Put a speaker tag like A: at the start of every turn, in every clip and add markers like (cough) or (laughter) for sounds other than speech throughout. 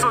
A: So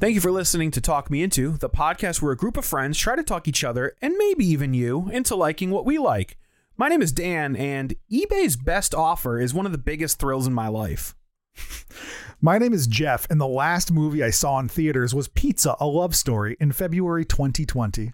B: Thank you for listening to Talk Me Into, the podcast where a group of friends try to talk each other and maybe even you into liking what we like. My name is Dan, and eBay's best offer is one of the biggest thrills in my life.
C: My name is Jeff, and the last movie I saw in theaters was Pizza, a Love Story in February 2020.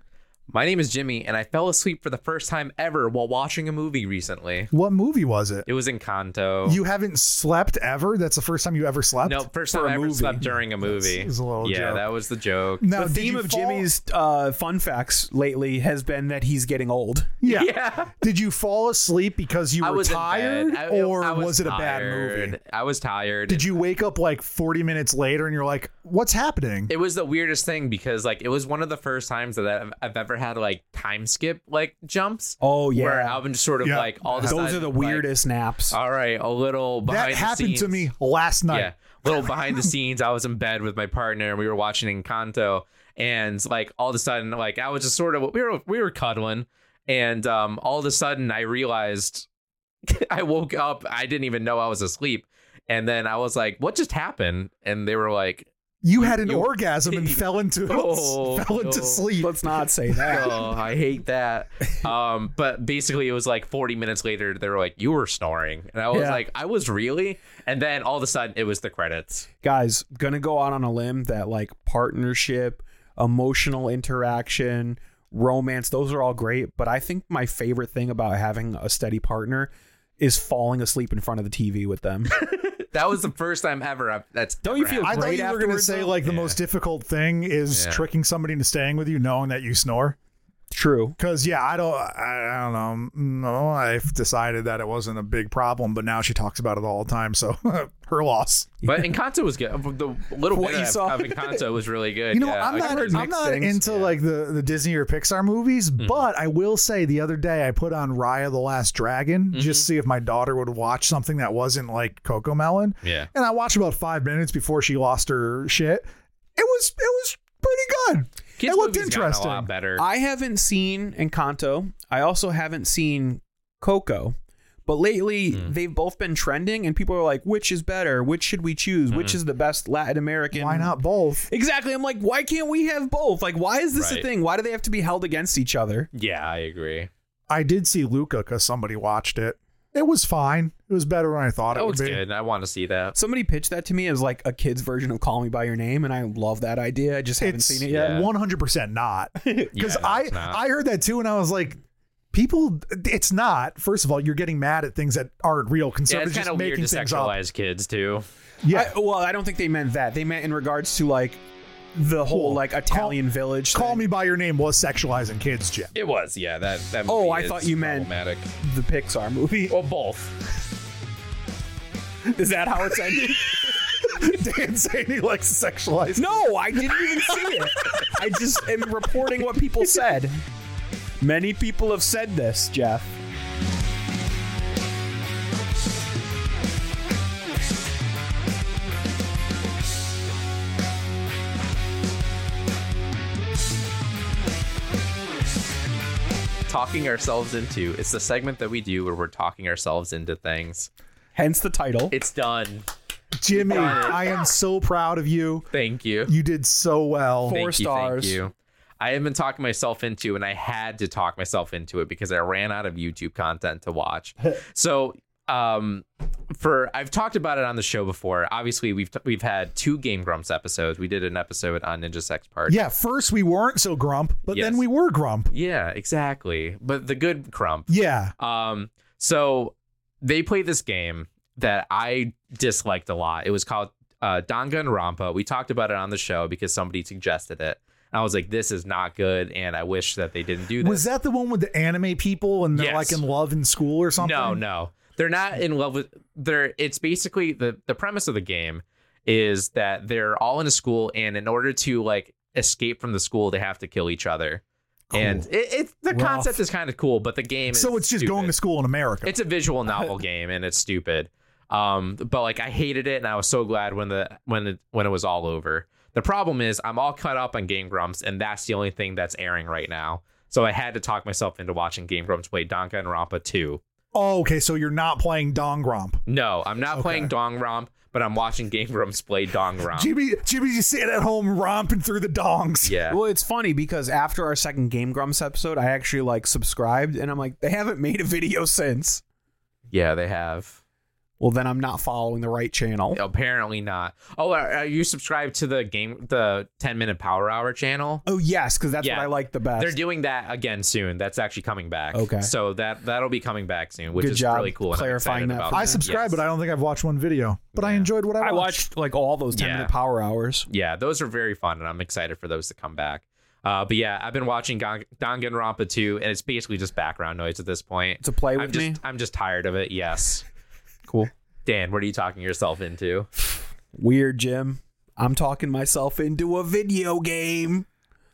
D: My name is Jimmy, and I fell asleep for the first time ever while watching a movie recently.
C: What movie was it?
D: It was Encanto.
C: You haven't slept ever? That's the first time you ever slept?
D: no, first
B: for
D: time
B: a
D: I ever
B: movie.
D: slept during a movie.
C: This is a little
D: yeah,
C: joke.
D: that was the joke.
C: Now,
B: the
C: did
B: theme
C: you
B: of
C: fall-
B: Jimmy's uh, fun facts lately has been that he's getting old.
C: (laughs) Yeah.
D: Yeah.
C: Did you fall asleep because you
D: I
C: were
D: was in
C: tired,
D: bed. I-
C: or
D: I
C: was,
D: was,
C: it a bad movie?
D: tired. I was tired.
C: Did you wake up like 40 minutes later and you're like, what's happening?
D: It was the weirdest thing because like it was one of the first times that I've, I've ever had like time skip like jumps.
B: Oh, yeah.
D: where I've been just sort of
C: Yeah.
D: like all of a
B: Those
D: sudden,
B: are the
D: like,
B: weirdest naps.
D: all right, a little
C: that
D: behind the
C: happened to
D: scenes.
C: me last night.
D: Yeah, little behind the scenes. I was in bed with my partner and we were watching Encanto, and like all of a sudden, like I was just sort of we were we were cuddling, and um, all of a sudden I realized (laughs) I woke up. I didn't even know I was asleep, and then I was like, "What just happened?" And they were
B: (laughs)
D: like,
C: You had an
D: You-
C: orgasm
D: (laughs)
C: and fell into (laughs)
D: Oh,
C: fell into
D: no.
C: sleep.
B: Let's not say that.
D: "Oh, I hate that." Um, but basically, it was like 40 minutes later. They were like, "You were snoring," and I was
B: Yeah.
D: like, "I was really." And then all of a sudden, it was the credits.
B: guys gonna go out on a limb that like partnership emotional interaction romance those are all great but i think my favorite thing about having a steady partner is falling asleep in front of the tv with them
D: That was the first time ever. I've, that's
B: Don't you
D: ever
B: feel
C: I thought
B: Right
C: you were going to
B: afterwards,
C: say
B: though?
C: like the
D: Yeah.
C: most difficult thing is
D: Yeah.
C: tricking somebody into staying with you, knowing that you snore.
B: true
C: Cause yeah, I don't, I, I don't know. mm, No, I've decided that it wasn't a big problem, but now she talks about it all the time. So (laughs) her loss.
D: (laughs) But Encanto was good. Uh, The little
B: What
D: bit
B: you
D: of,
B: saw.
D: of Encanto was really good.
C: You know,
D: yeah.
C: I'm
D: I
C: not,
D: heard
C: I'm
D: mixed
C: not
D: things. Mm-hmm.
C: into like the, the Disney or Pixar movies, but I will say the other day I put on Raya the Last Dragon
D: Mm-hmm.
C: just to see if my daughter would watch something that wasn't like Coco Melon.
D: Yeah.
C: And I watched about five minutes before she lost her shit. It was, it was pretty good.
D: Kids
C: it looked
D: movies gotten
C: interesting.
D: A lot better.
B: i haven't seen encanto i also haven't seen coco but lately they've both been trending and people are like which is better which should we choose which is the best latin american
C: Why not both?
B: exactly i'm like why can't we have both like why is this a
D: Right.
B: thing why do they have to be held against each other
D: yeah, I agree.
C: I did see Luca because somebody watched it. It was fine. It was better than I thought
D: That
C: it would
D: looks
C: be.
D: Oh, good. I want to see that.
B: Somebody pitched that to me as like a kid's version of Call Me by Your Name, and I love that idea. I just haven't
C: It's
B: seen it yet.
D: Yeah.
C: one hundred
D: (laughs)
C: percent not because
D: no,
C: I
D: it's not.
C: I heard that too, and I was like, people, it's not. First of all, you're getting mad at things that aren't real.
D: Yeah, it's
C: Conservatives
D: kind
C: just
D: of weird
C: making
D: to
C: things up.
D: sexualize kids too.
C: Yeah,
B: I- well, I don't think they meant that. They meant in regards to like the whole
C: Cool.
B: like Italian village.
C: call
B: thing.
C: me by your name was sexualizing kids, Jim. (laughs)
D: It was. Yeah, that. that
B: Oh,
D: movie
B: I
D: is
B: thought you meant-
D: problematic.
B: the Pixar movie.
D: Well, both.
B: Is that how it's ending?
C: Dan saying he likes to sexualize.
B: (laughs) no, I didn't even see it. I just am reporting what people said. Many people have said this, Jeff.
D: Talking ourselves into. It's the segment that we do where we're talking ourselves into things.
B: Hence the title.
D: It's done.
C: Jimmy, I am so proud of you.
D: Thank you.
C: You did so well.
B: Four
D: thank you,
B: stars.
D: Thank you. I have been talking myself into, and I had to talk myself into it because I ran out of YouTube content to
B: (laughs)
D: watch. so, um, for I've talked about it on the show before. Obviously, we've we've had two Game Grumps episodes. We did an episode on Ninja Sex Party.
C: Yeah, first we weren't so grump, but then
D: Yes.
C: we were grump.
D: yeah, exactly. But the good Grump.
C: Yeah,
D: Um, so they play this game that I disliked a lot. It was called uh, Donga and Rampa. We talked about it on the show because somebody suggested it. And I was like, this is not good, and I wish that they didn't do this.
C: was that the one with the anime people and they're
D: Yes.
C: like in love in school or something?
D: no, no. they're not in love with they're it's basically the the premise of the game is that they're all in a school and in order to like escape from the school they have to kill each other and it, it the
B: Rough.
D: concept is kind of cool but the game is
C: So it's just going
D: stupid.
C: to school in America.
D: It's a visual novel game and it's stupid. Um, but like I hated it and I was so glad when the when the, when it was all over. The problem is I'm all caught up on Game Grumps and that's the only thing that's airing right now. So I had to talk myself into watching Game Grumps play Donka and Rampa 2.
C: oh, okay. So you're not playing Dong Romp.
D: No, I'm not playing Dong Romp, but I'm watching Game Grumps play Dong Romp.
C: Jimmy, Jimmy's just sitting at home romping through the dongs.
D: yeah.
B: Well, it's funny because after our second Game Grumps episode, I actually like subscribed and I'm like, they haven't made a video since.
D: Yeah, they have.
B: Well, then I'm not following the right channel.
D: Apparently not. Oh, are, are you subscribed to the game the 10 minute power hour channel?
B: Oh, yes, because that's
D: Yeah.
B: what I like the best.
D: They're doing that again soon. That's actually coming back.
B: Okay.
D: So that that'll be coming back soon, which
B: Good
D: is
B: job
D: really cool. and I'm
B: clarifying
D: excited
B: that
D: about
B: for
C: I subscribe,
D: Yes.
C: but I don't think I've watched one video. But I enjoyed what I watched.
B: I watched like all those 10
D: Yeah.
B: minute power hours.
D: Yeah, those are very fun, and I'm excited for those to come back. Uh, but yeah, I've been watching Gon- Danganronpa 2, and it's basically just background noise at this point.
B: To play
D: I'm
B: with
D: just
B: me?
D: I'm just tired of it. Yes.
B: Cool.
D: Dan, what are you talking yourself into?
B: Weird, Jim. I'm talking myself into a video game.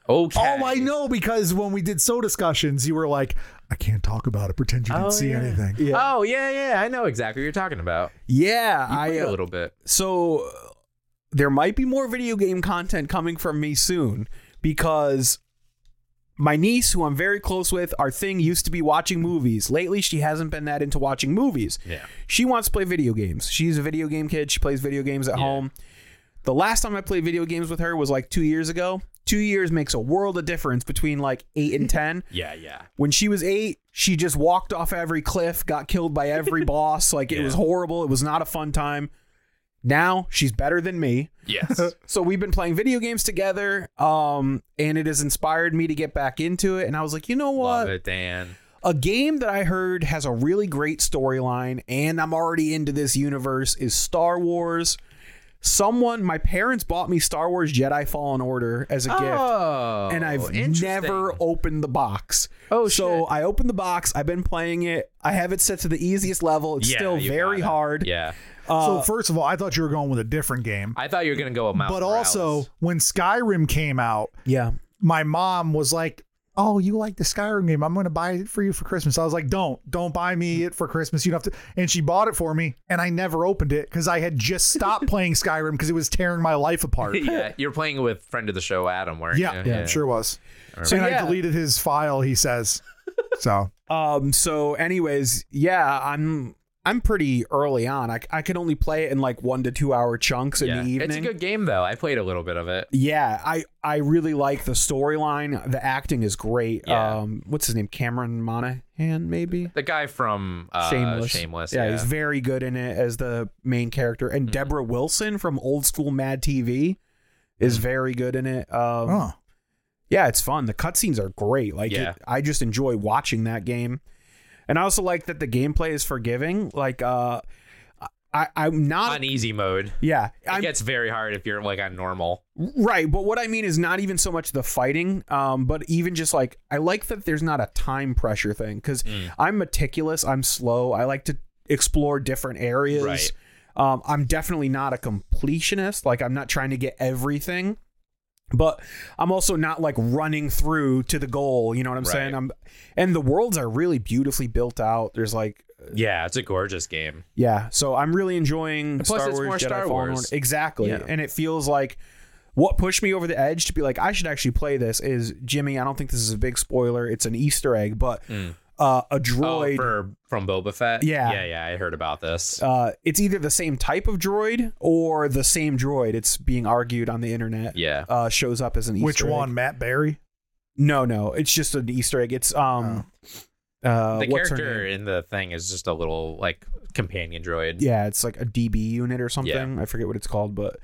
D: Okay.
C: Oh, I know because when we did so discussions, you were like, I can't talk about it. Pretend you didn't
D: Oh,
C: see
D: yeah.
C: anything.
D: Oh yeah, yeah. I know exactly what you're talking about.
B: Yeah,
D: You
B: I
D: played
B: uh,
D: a little bit.
B: so uh, there might be more video game content coming from me soon because my niece who i'm very close with our thing used to be watching movies lately she hasn't been that into watching movies
D: Yeah.
B: she wants to play video games she's a video game kid she plays video games at
D: Yeah.
B: home the last time i played video games with her was like two years ago two years makes a world of difference between like
D: (laughs)
B: eight and ten
D: Yeah, yeah.
B: when she was eight, she just walked off every cliff, got killed
D: (laughs)
B: by every boss. Like it
D: Yeah.
B: was horrible. It was not a fun time. Now she's better than me. (laughs)
D: Yes.
B: So we've been playing video games together. Um, and it has inspired me to get back into it. And I was like, you know
D: Love
B: what?
D: it, Dan.
B: A game that I heard has a really great storyline, and I'm already into this universe is Star Wars. Someone, my parents bought me Star Wars Jedi Fallen Order as a gift
D: Oh,
B: and I've never
D: interesting.
B: opened the box.
D: Oh,
B: so
D: shit.
B: I opened the box. I've been playing it. I have it set to the easiest level. It's
D: Yeah,
B: still
D: you
B: very
D: gotta.
B: hard.
D: Yeah,
C: so, first of all, I thought you were going with a different game.
D: Uh, I thought you were gonna go with Miles.
C: but also,
D: Morales.
C: when Skyrim came out,
B: yeah.
C: my mom was like, Oh, you like the Skyrim game. I'm going to buy it for you for Christmas. I was like, Don't, don't buy me it for Christmas. You don't have to. And she bought it for me, and I never opened it because I had just stopped playing Skyrim because it was tearing my life apart.
D: (laughs) (laughs) yeah, you're playing with friend of the show Adam, weren't
C: Yeah,
D: you?
C: sure was. and
B: yeah.
C: I deleted his file, he says. So
B: Um. So, anyways, yeah, I'm I'm pretty early on. I I can only play it in like one to two hour chunks in
D: Yeah.
B: the evening.
D: It's a good game though. I played a little bit of it.
B: yeah, I, I really like the storyline. The acting is great.
D: Yeah.
B: Um, what's his name? Cameron Monaghan, maybe.
D: The guy from uh, Shameless.
B: Yeah,
D: yeah, Mm-hmm.
B: he's very good in it as the main character. And Deborah Wilson from Old School Mad TV
D: Mm.
B: is very good in it. Um,
C: oh.
B: Yeah, it's fun. The cutscenes are great. Like,
D: Yeah.
B: it- I just enjoy watching that game. And I also like that the gameplay is forgiving. Like, uh, I, I'm not.
D: on easy mode.
B: yeah,
D: It
B: I'm
D: gets very hard if you're like on normal.
B: right. But what I mean is not even so much the fighting, um, but even just like I like that there's not a time pressure thing because
D: Mm.
B: I'm meticulous. I'm slow. I like to explore different areas.
D: Right.
B: Um, I'm definitely not a completionist. Like I'm not trying to get everything, but I'm also not like running through to the goal. You know what I'm
D: Right.
B: saying? I'm, and the worlds are really beautifully built out. There's like,
D: Yeah, it's a gorgeous game.
B: yeah. So I'm really enjoying
D: plus
B: Star
D: it's
B: Wars
D: more
B: Jedi
D: Star
B: Fallen
D: Wars.
B: Order. Exactly.
D: Yeah.
B: And it feels like what pushed me over the edge to be like, I should actually play this is Jimmy, I don't think this is a big spoiler. It's an Easter egg, but uh, a
D: Mm.
B: droid.
D: Oh, for from Boba Fett.
B: Yeah.
D: yeah, yeah. I heard about this.
B: uh, it's either the same type of droid or the same droid. It's being argued on the internet.
D: Yeah.
B: uh, shows up as an Easter
C: Which
B: egg.
C: one? Matt Berry?
B: No, no, it's just an Easter egg. It's um,
C: Oh.
B: uh,
D: the
B: what's her
D: character
B: name?
D: in the thing is just a little like companion droid.
B: Yeah, it's like a DB unit or something. I forget what it's called, but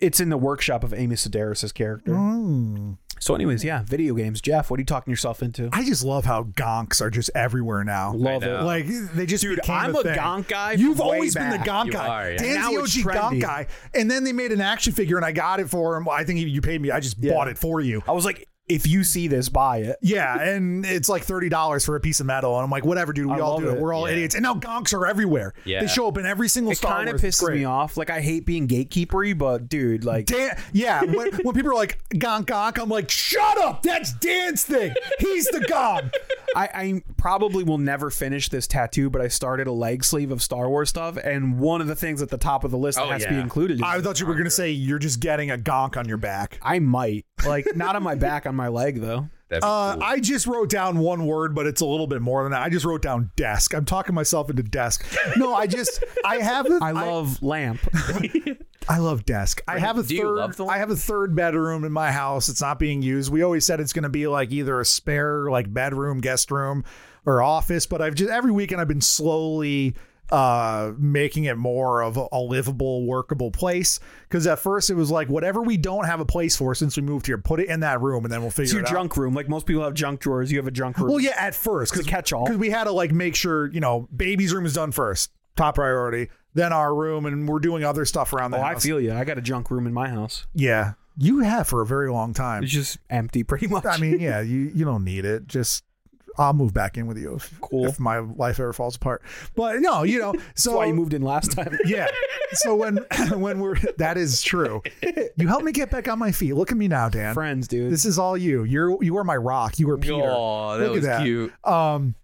B: it's in the workshop of Amy Sedaris' character.
C: Mm.
B: So, anyways, yeah, video games. Jeff, what are you talking yourself into?
C: I just love how gonks are just everywhere now.
B: Love it.
D: know.
C: Like they just
B: Oh. Dude,
C: became
B: I'm a
C: thing.
B: gonk guy
C: You've
B: way
C: always been
B: back.
C: the gonk
D: You
C: guy.
D: are, yeah.
C: Dan's
B: Now
C: the
B: it's
C: OG
B: trendy.
C: gonk guy, and then they made an action figure, and I got it for him. I think you paid me. I just bought it for you.
B: I was like if you see this, buy it.
C: Yeah, and it's like thirty dollars for a piece of metal, and I'm like, whatever, dude. We
B: I
C: all
B: love
C: do it.
B: it.
C: We're all
D: Yeah.
C: idiots, and now gonks are everywhere.
D: Yeah.
C: they show up in every single
B: It
C: Star
B: kind of
C: Wars. It's
B: pisses
C: great.
B: me off. Like I hate being gatekeepery, but dude, like (laughs)
C: Dan, yeah, when, when people are like gonk gonk, I'm like, shut up. That's Dan's thing. He's the gong.
B: I, I probably will never finish this tattoo, but I started a leg sleeve of Star Wars stuff, and one of the things at the top of the list that
D: Oh,
B: has to be
D: yeah.
B: included. Is
C: I thought you were gonna say you're just getting a gonk on your back.
B: I might like not on my back, on my leg though.
D: That'd be
C: Uh,
D: cool.
C: I just wrote down one word, but it's a little bit more than that. I just wrote down desk. I'm talking myself into desk. No, I just I have
D: (laughs)
C: a,
B: (laughs) I love lamp. (laughs)
C: I love desk. I have a
D: Do you
C: third.
D: love the-
C: I have a third bedroom in my house. It's not being used. We always said it's going to be like either a spare like bedroom, guest room, or office. But I've just every weekend I've been slowly uh making it more of a, a livable workable place because at first it was like whatever we don't have a place for since we moved here put it in that room and then we'll figure
B: It's your
C: it out
B: junk room. Like most people have junk drawers. You have a junk room.
C: well, yeah, at first,
B: It's a catch-all.
C: because we had to like make sure you know baby's room is done first, top priority, then our room, and we're doing other stuff around the
B: oh, I
C: house.
B: feel you. I got a junk room in my house.
C: yeah, you have for a very long time.
B: It's just empty, (laughs) pretty much.
C: I mean, yeah, you you don't need it. Just I'll move back in with you if,
B: Cool.
C: if my life ever falls apart. But no, you know, so
B: (laughs) that's why you moved in last time.
C: (laughs) yeah. So when (laughs) when we're that is true. You help me get back on my feet. Look at me now, Dan.
B: Friends, dude.
C: This is all you. You're you are my rock. You were Peter.
D: Aw, that
C: Look at
D: was
C: that.
D: cute.
C: Um,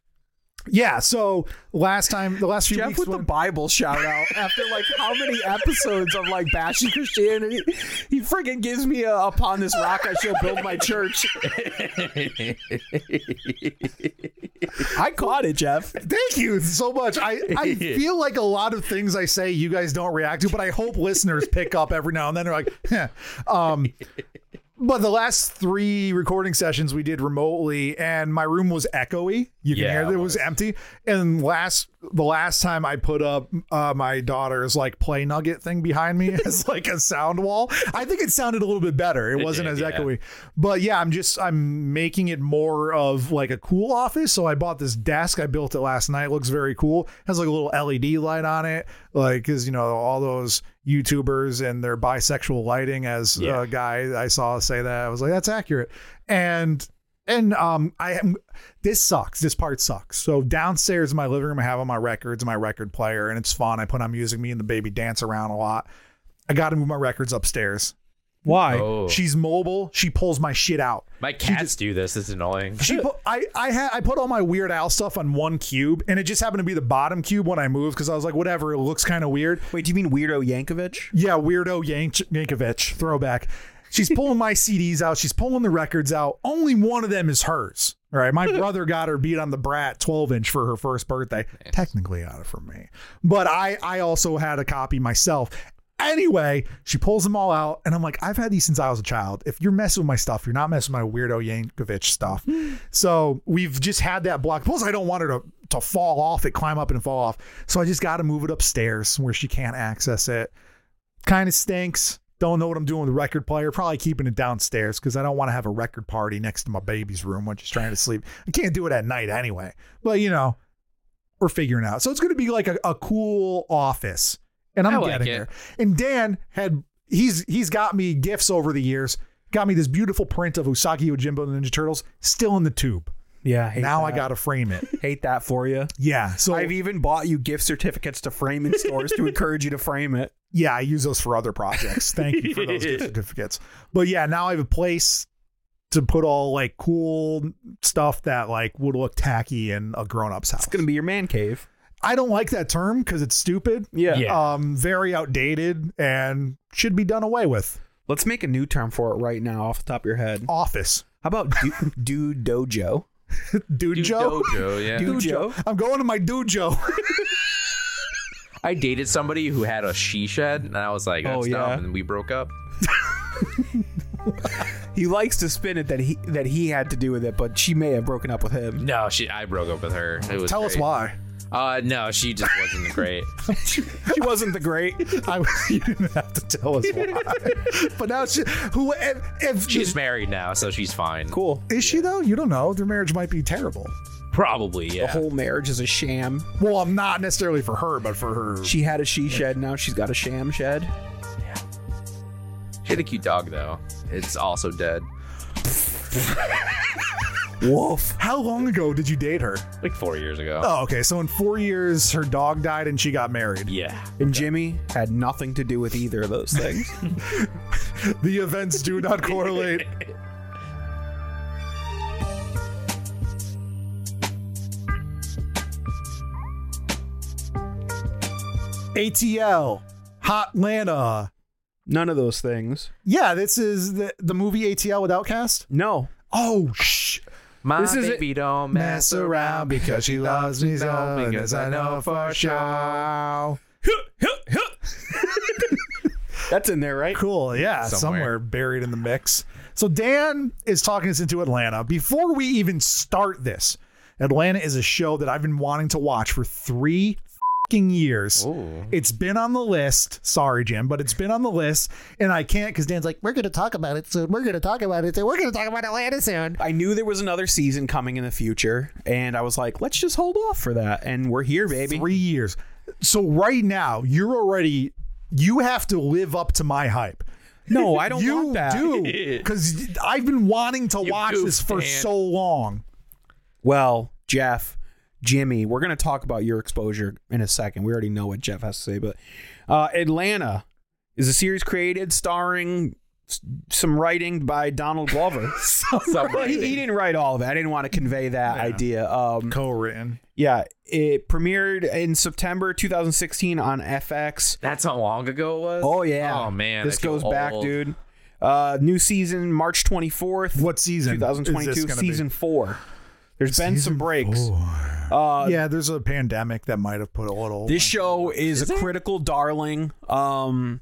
C: yeah. So last time, the last few
B: Jeff
C: weeks,
B: with the
C: when-
B: Bible shout out
C: (laughs)
B: after like how many episodes of like bashing Christianity? He freaking gives me a upon this rock I shall build
C: (laughs)
B: my church. I caught it, Jeff.
C: thank you so much. I I feel like a lot of things I say you guys don't react to, but I hope listeners pick up every now and then. They're like, (laughs) "Huh." um. But the last three recording sessions we did remotely, and my room was echoey. You can
D: Yeah,
C: hear that
D: it
C: it was empty. And last the last time I put up uh, my daughter's like play nugget thing behind me (laughs) as like a sound wall, I think it sounded a little bit better. It wasn't
D: did,
C: as
D: yeah.
C: echoey, but yeah, I'm just I'm making it more of like a cool office. So I bought this desk. I built it last night. Looks very cool. Has like a little LED light on it, like because you know all those YouTubers and their bisexual lighting. As
D: Yeah.
C: a guy I saw say that, I was like, that's accurate. And and um, I am. This sucks. This part sucks. So downstairs in my living room, I have all my records, my record player, and it's fun. I put on music. Me and the baby dance around a lot. I got to move my records upstairs. Why?
D: Oh.
C: She's mobile. She pulls my shit out.
D: My cats do this. It's annoying.
C: She put, I I had I put all my Weird Al stuff on one cube, and it just happened to be the bottom cube when I moved because I was like, whatever, it looks kind of weird.
B: Wait, do you mean Weirdo Yankovic?
C: Yeah, weirdo Yank- Yankovic throwback. She's pulling my CDs out. She's pulling the records out. Only one of them is hers. All right, my brother got her beat on the brat 12 inch for her first birthday. Technically, out of for me, but I I also had a copy myself. Anyway, she pulls them all out, and I'm like, I've had these since I was a child. If you're messing with my stuff, you're not messing with my weirdo Yankovic stuff. so we've just had that block. Plus, I don't want her to to fall off it, climb up and fall off. So I just got to move it upstairs where she can't access it kind of stinks. Don't know what I'm doing with the record player. Probably keeping it downstairs because I don't want to have a record party next to my baby's room when she's trying to sleep. I can't do it at night anyway. But you know, we're figuring out. So it's going to be like a, a cool office, and I'm
D: I like
C: getting
D: it.
C: there. And Dan had he's he's got me gifts over the years. Got me this beautiful print of Usagi Yojimbo and the Ninja Turtles still in the tube.
B: Yeah.
C: now I got to frame it.
B: hate that for you.
C: Yeah.
D: (laughs)
C: So
B: I've even bought you gift certificates to frame in stores to encourage you to frame it.
C: yeah, I use those for other projects. Thank you for
B: (laughs)
C: those gift certificates. But yeah, now I have a place to put all like cool stuff that like would look tacky in a grown-up's house.
B: It's gonna be your man cave.
C: I don't like that term because it's stupid.
B: Yeah.
D: Yeah.
C: Um, very outdated and should be done away with.
B: Let's make a new term for it right now, off the top of your head.
C: Office.
B: How about du- (laughs) dude dojo?
C: Dude,
D: Dude,
C: Joe.
D: Dojo, yeah.
B: Dude Joe.
C: I'm going to my dude Joe.
D: I dated somebody who had a she shed, and I was like,
B: Oh,
D: "That's
B: yeah.
D: dumb," and we broke up.
B: (laughs) He likes to spin it that he that he had to do with it, but she may have broken up with him.
D: No, she. I broke up with her. It was
C: Tell us
D: great.
C: why.
D: Uh, no, she just wasn't
B: (laughs)
D: great.
B: She wasn't the great.
C: (laughs) I, you didn't have to tell us why.
B: (laughs)
C: but now she, who if, if
D: She's married now, so she's fine.
B: Cool.
C: is she though? You don't know. Their marriage might be terrible.
D: Probably, yeah.
B: The whole marriage is a sham.
C: Well, I'm not necessarily for her, but for her.
B: She had a she shed, now she's got a sham shed.
D: she had a cute dog though. It's also dead.
B: Woof.
C: How long ago did you date her?
D: like four years ago.
C: Oh, okay. So in four years, her dog died and she got married.
D: Yeah.
B: And Jimmy had nothing to do with either of those things.
C: The events do not
D: (laughs)
C: correlate. ATL, Hotlanta.
B: (laughs) None of those things.
C: Yeah, this is the, the movie ATL with Outcast.
B: No.
C: Oh, shh.
D: My
B: This is
D: baby don't
B: (laughs)
D: mess around because she loves me so because I know for sure.
B: That's in there, right?
C: Cool. Yeah. Somewhere.
D: Somewhere.
C: buried in the mix. So Dan is talking us into Atlanta. Before we even start this, Atlanta is a show that I've been wanting to watch for three fing years. It's been on the list. Sorry, Jim, but it's been on the list. And I can't because Dan's like, we're going to talk about it soon. We're going to talk about it soon. We're going to talk about Atlanta soon.
B: I knew there was another season coming in the future, and I was like, let's just hold off for that. And we're here, baby.
C: Three years. So right now, you're already, you have to live up to my hype.
B: No, I don't
C: you
B: want that. (laughs)
C: do because I've been wanting to watch
D: goof,
C: this for
D: Dan.
C: so long.
B: Well, Jeff, Jimmy, we're going to talk about your exposure in a second. We already know what Jeff has to say, but uh, Atlanta is a series created starring s- some writing by Donald Glover. Well, he, he didn't write all of it. I didn't want to convey that idea. Um,
C: Co-written.
B: yeah, it premiered in September 2016 on FX.
D: That's how long ago it was?
B: Oh yeah.
D: Oh, man. I
B: this
D: feel
B: goes back,
D: old.
B: dude. Uh, new season March 24th.
C: What season? is this
B: 2022
C: gonna
B: season
C: Be?
B: four. There's been some breaks. Uh,
C: yeah, there's a pandemic that might have put a little.
B: This show is, a critical darling. Um,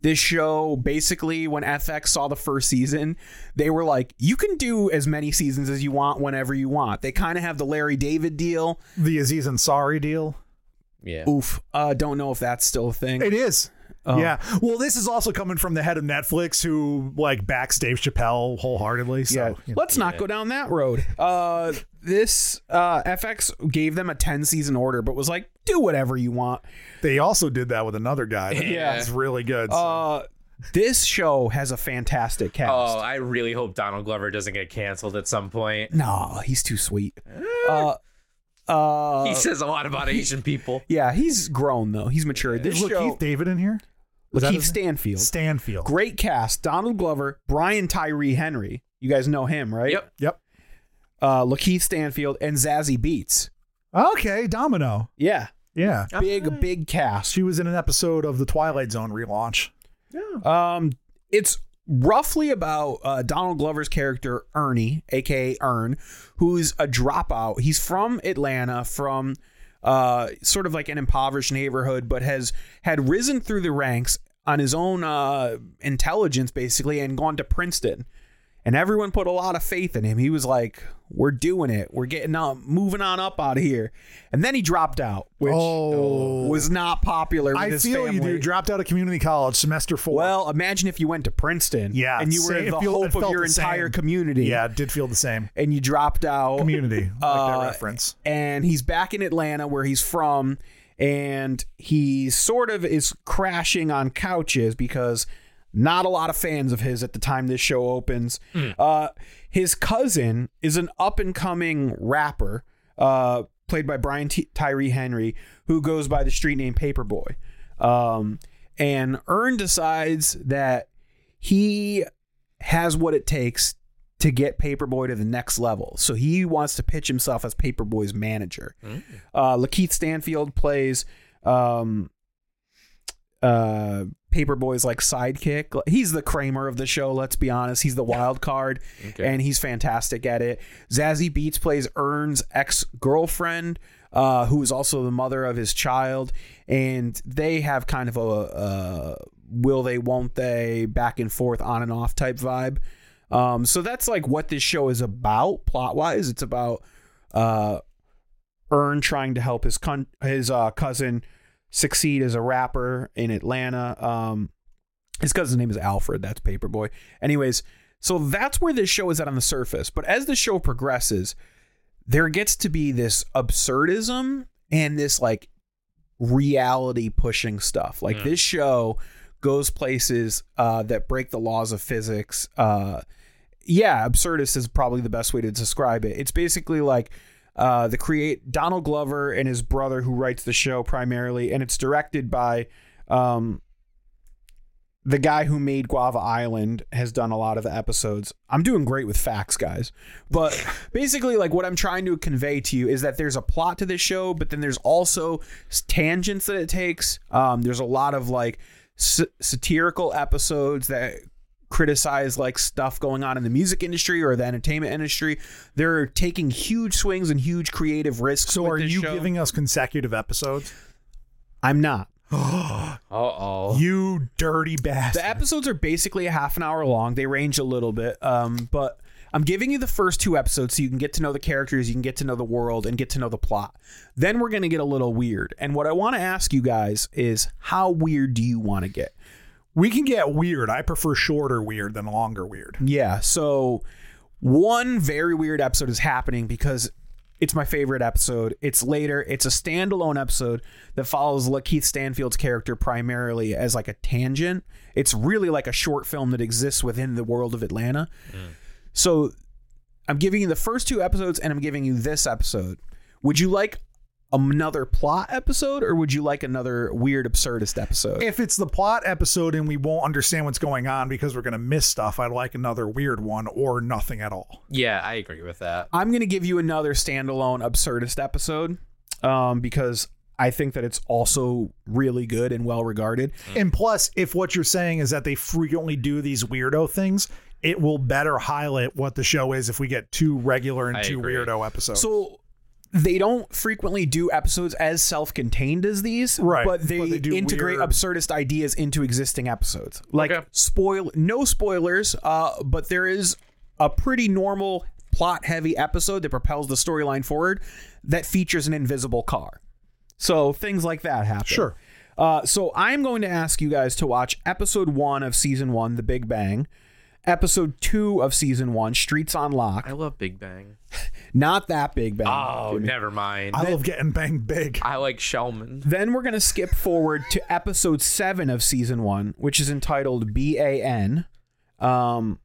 B: this show basically, when FX saw the first season, they were like, "You can do as many seasons as you want, whenever you want." They kind of have the Larry David deal.
C: the Aziz Ansari deal.
D: Yeah.
B: Oof, uh, don't know if that's still a thing.
C: It is.
B: Oh.
C: Yeah. Well, this is also coming from the head of Netflix, who like backs Dave Chappelle wholeheartedly. So
B: yeah.
C: you know.
B: Let's not go down that road. Uh, this uh, FX gave them a ten season order, but was like, "Do whatever you want."
C: they also did that with another guy. Yeah, it's really good. so-
B: Uh, this show has a fantastic cast.
D: Oh, I really hope Donald Glover doesn't get canceled at some point.
B: No, he's too sweet.
C: Eh.
B: Uh, uh,
D: he says a lot about Asian people.
B: yeah, he's grown though. He's matured. This
C: is Lakeith
B: show,
C: David in here? Is that
B: Lakeith
C: his name?
B: Stanfield,
C: Stanfield.
B: great cast. Donald Glover, Brian Tyree Henry. You guys know him, right?
D: Yep.
C: Yep.
B: Uh, Lakeith Stanfield and Zazie Beats.
C: Okay, Domino.
B: Yeah,
C: Yeah.
B: big big cast.
C: She was in an episode of the Twilight Zone relaunch.
B: Um, it's roughly about uh, Donald Glover's character Ernie, aka Ern, who's a dropout. He's from Atlanta, from uh, sort of like an impoverished neighborhood, but has had risen through the ranks on his own uh, intelligence, basically, and gone to Princeton. And everyone put a lot of faith in him. He was like, "We're doing it. We're getting up, moving on up out of here." And then he dropped out, which uh,
C: Oh.
B: was not popular. With
C: I
B: his
C: feel
B: family.
C: you, dude. Dropped out of community college semester four.
B: Well, imagine if you went to Princeton,
C: Yeah,
B: and you were
C: same-
B: the
C: it feel- it
B: hope of
C: felt
B: your
C: the same.
B: entire community,
C: yeah, it did feel the same.
B: and you dropped out.
C: Community, like
B: Uh,
C: that reference.
B: and he's back in Atlanta where he's from, and he sort of is crashing on couches because not a lot of fans of his at the time this show opens. Uh, his cousin is an up and coming rapper, uh, played by Brian T- Tyree Henry, who goes by the street name Paperboy. Um, and Earn decides that he has what it takes to get Paperboy to the next level. So he wants to pitch himself as Paperboy's manager. Uh, Lakeith Stanfield plays um, uh, Paperboy's like sidekick. He's the Kramer of the show. Let's be honest. He's the wild card, and he's fantastic at it. Zazie Beats plays Earn's ex girlfriend. Uh, who is also the mother of his child, and they have kind of a uh, will they, won't they, back and forth, on and off type vibe. Um, so that's like what this show is about plot wise. It's about uh, Earn trying to help his con- his uh, cousin succeed as a rapper in Atlanta. Um, his cousin's name is Alfred. That's Paperboy. Anyways, so that's where this show is at on the surface. But as the show progresses, there gets to be this absurdism and this like reality pushing stuff. Like this show goes places uh, that break the laws of physics. Uh, yeah, absurdist is probably the best way to describe it. It's basically like uh, the create Donald Glover and his brother who writes the show primarily, and it's directed by um, the guy who made Guava Island has done a lot of the episodes. I'm doing great with facts, guys.
C: (laughs)
B: But basically, like what I'm trying to convey to you is that there's a plot to this show, but then there's also s- tangents that it takes. Um, there's a lot of like s- satirical episodes that criticize like stuff going on in the music industry or the entertainment industry. They're taking huge swings and huge creative risks.
C: So
B: with
C: are
B: this
C: you
B: show.
C: giving us consecutive episodes?
B: I'm not.
D: Uh oh.
C: You dirty bastard.
B: The episodes are basically a half an hour long. They range a little bit, um, but I'm giving you the first two episodes so you can get to know the characters, you can get to know the world, and get to know the plot. Then we're going to get a little weird. And what I want to ask you guys is how weird do you want to get?
C: we can get weird. I prefer shorter weird than longer weird.
B: Yeah. So one very weird episode is happening because it's my favorite episode. It's later. It's a standalone episode that follows Lakeith Stanfield's character primarily as like a tangent. It's really like a short film that exists within the world of Atlanta. So I'm giving you the first two episodes and I'm giving you this episode. Would you like another plot episode or would you like another weird absurdist episode?
C: If it's the plot episode and we won't understand what's going on because we're going to miss stuff, I'd like another weird one or nothing at all.
D: Yeah, I agree with that.
B: I'm going to give you another standalone absurdist episode um, because I think that it's also really good and well regarded.
C: And plus, if what you're saying is that they frequently do these weirdo things, it will better highlight what the show is if we get two regular and
D: I
C: two
D: agree.
C: weirdo episodes.
B: So they don't frequently do episodes as self contained as these,
C: Right,
B: but they,
C: but they do
B: integrate
C: weird-
B: absurdist ideas into existing episodes. Like,
D: Okay.
B: spoil, no spoilers, uh, but there is a pretty normal plot heavy episode that propels the storyline forward that features an invisible car. So things like that happen.
C: Sure.
B: Uh, so I'm going to ask you guys to watch episode one of season one, The Big Bang, episode two of season one, Streets on Lock.
D: I love Big Bang.
B: Not that Big Bang.
D: Oh, never mind.
C: I love getting banged big.
D: I like Shellman.
B: Then we're going to skip forward to episode seven of season one, which is entitled BAN. Um,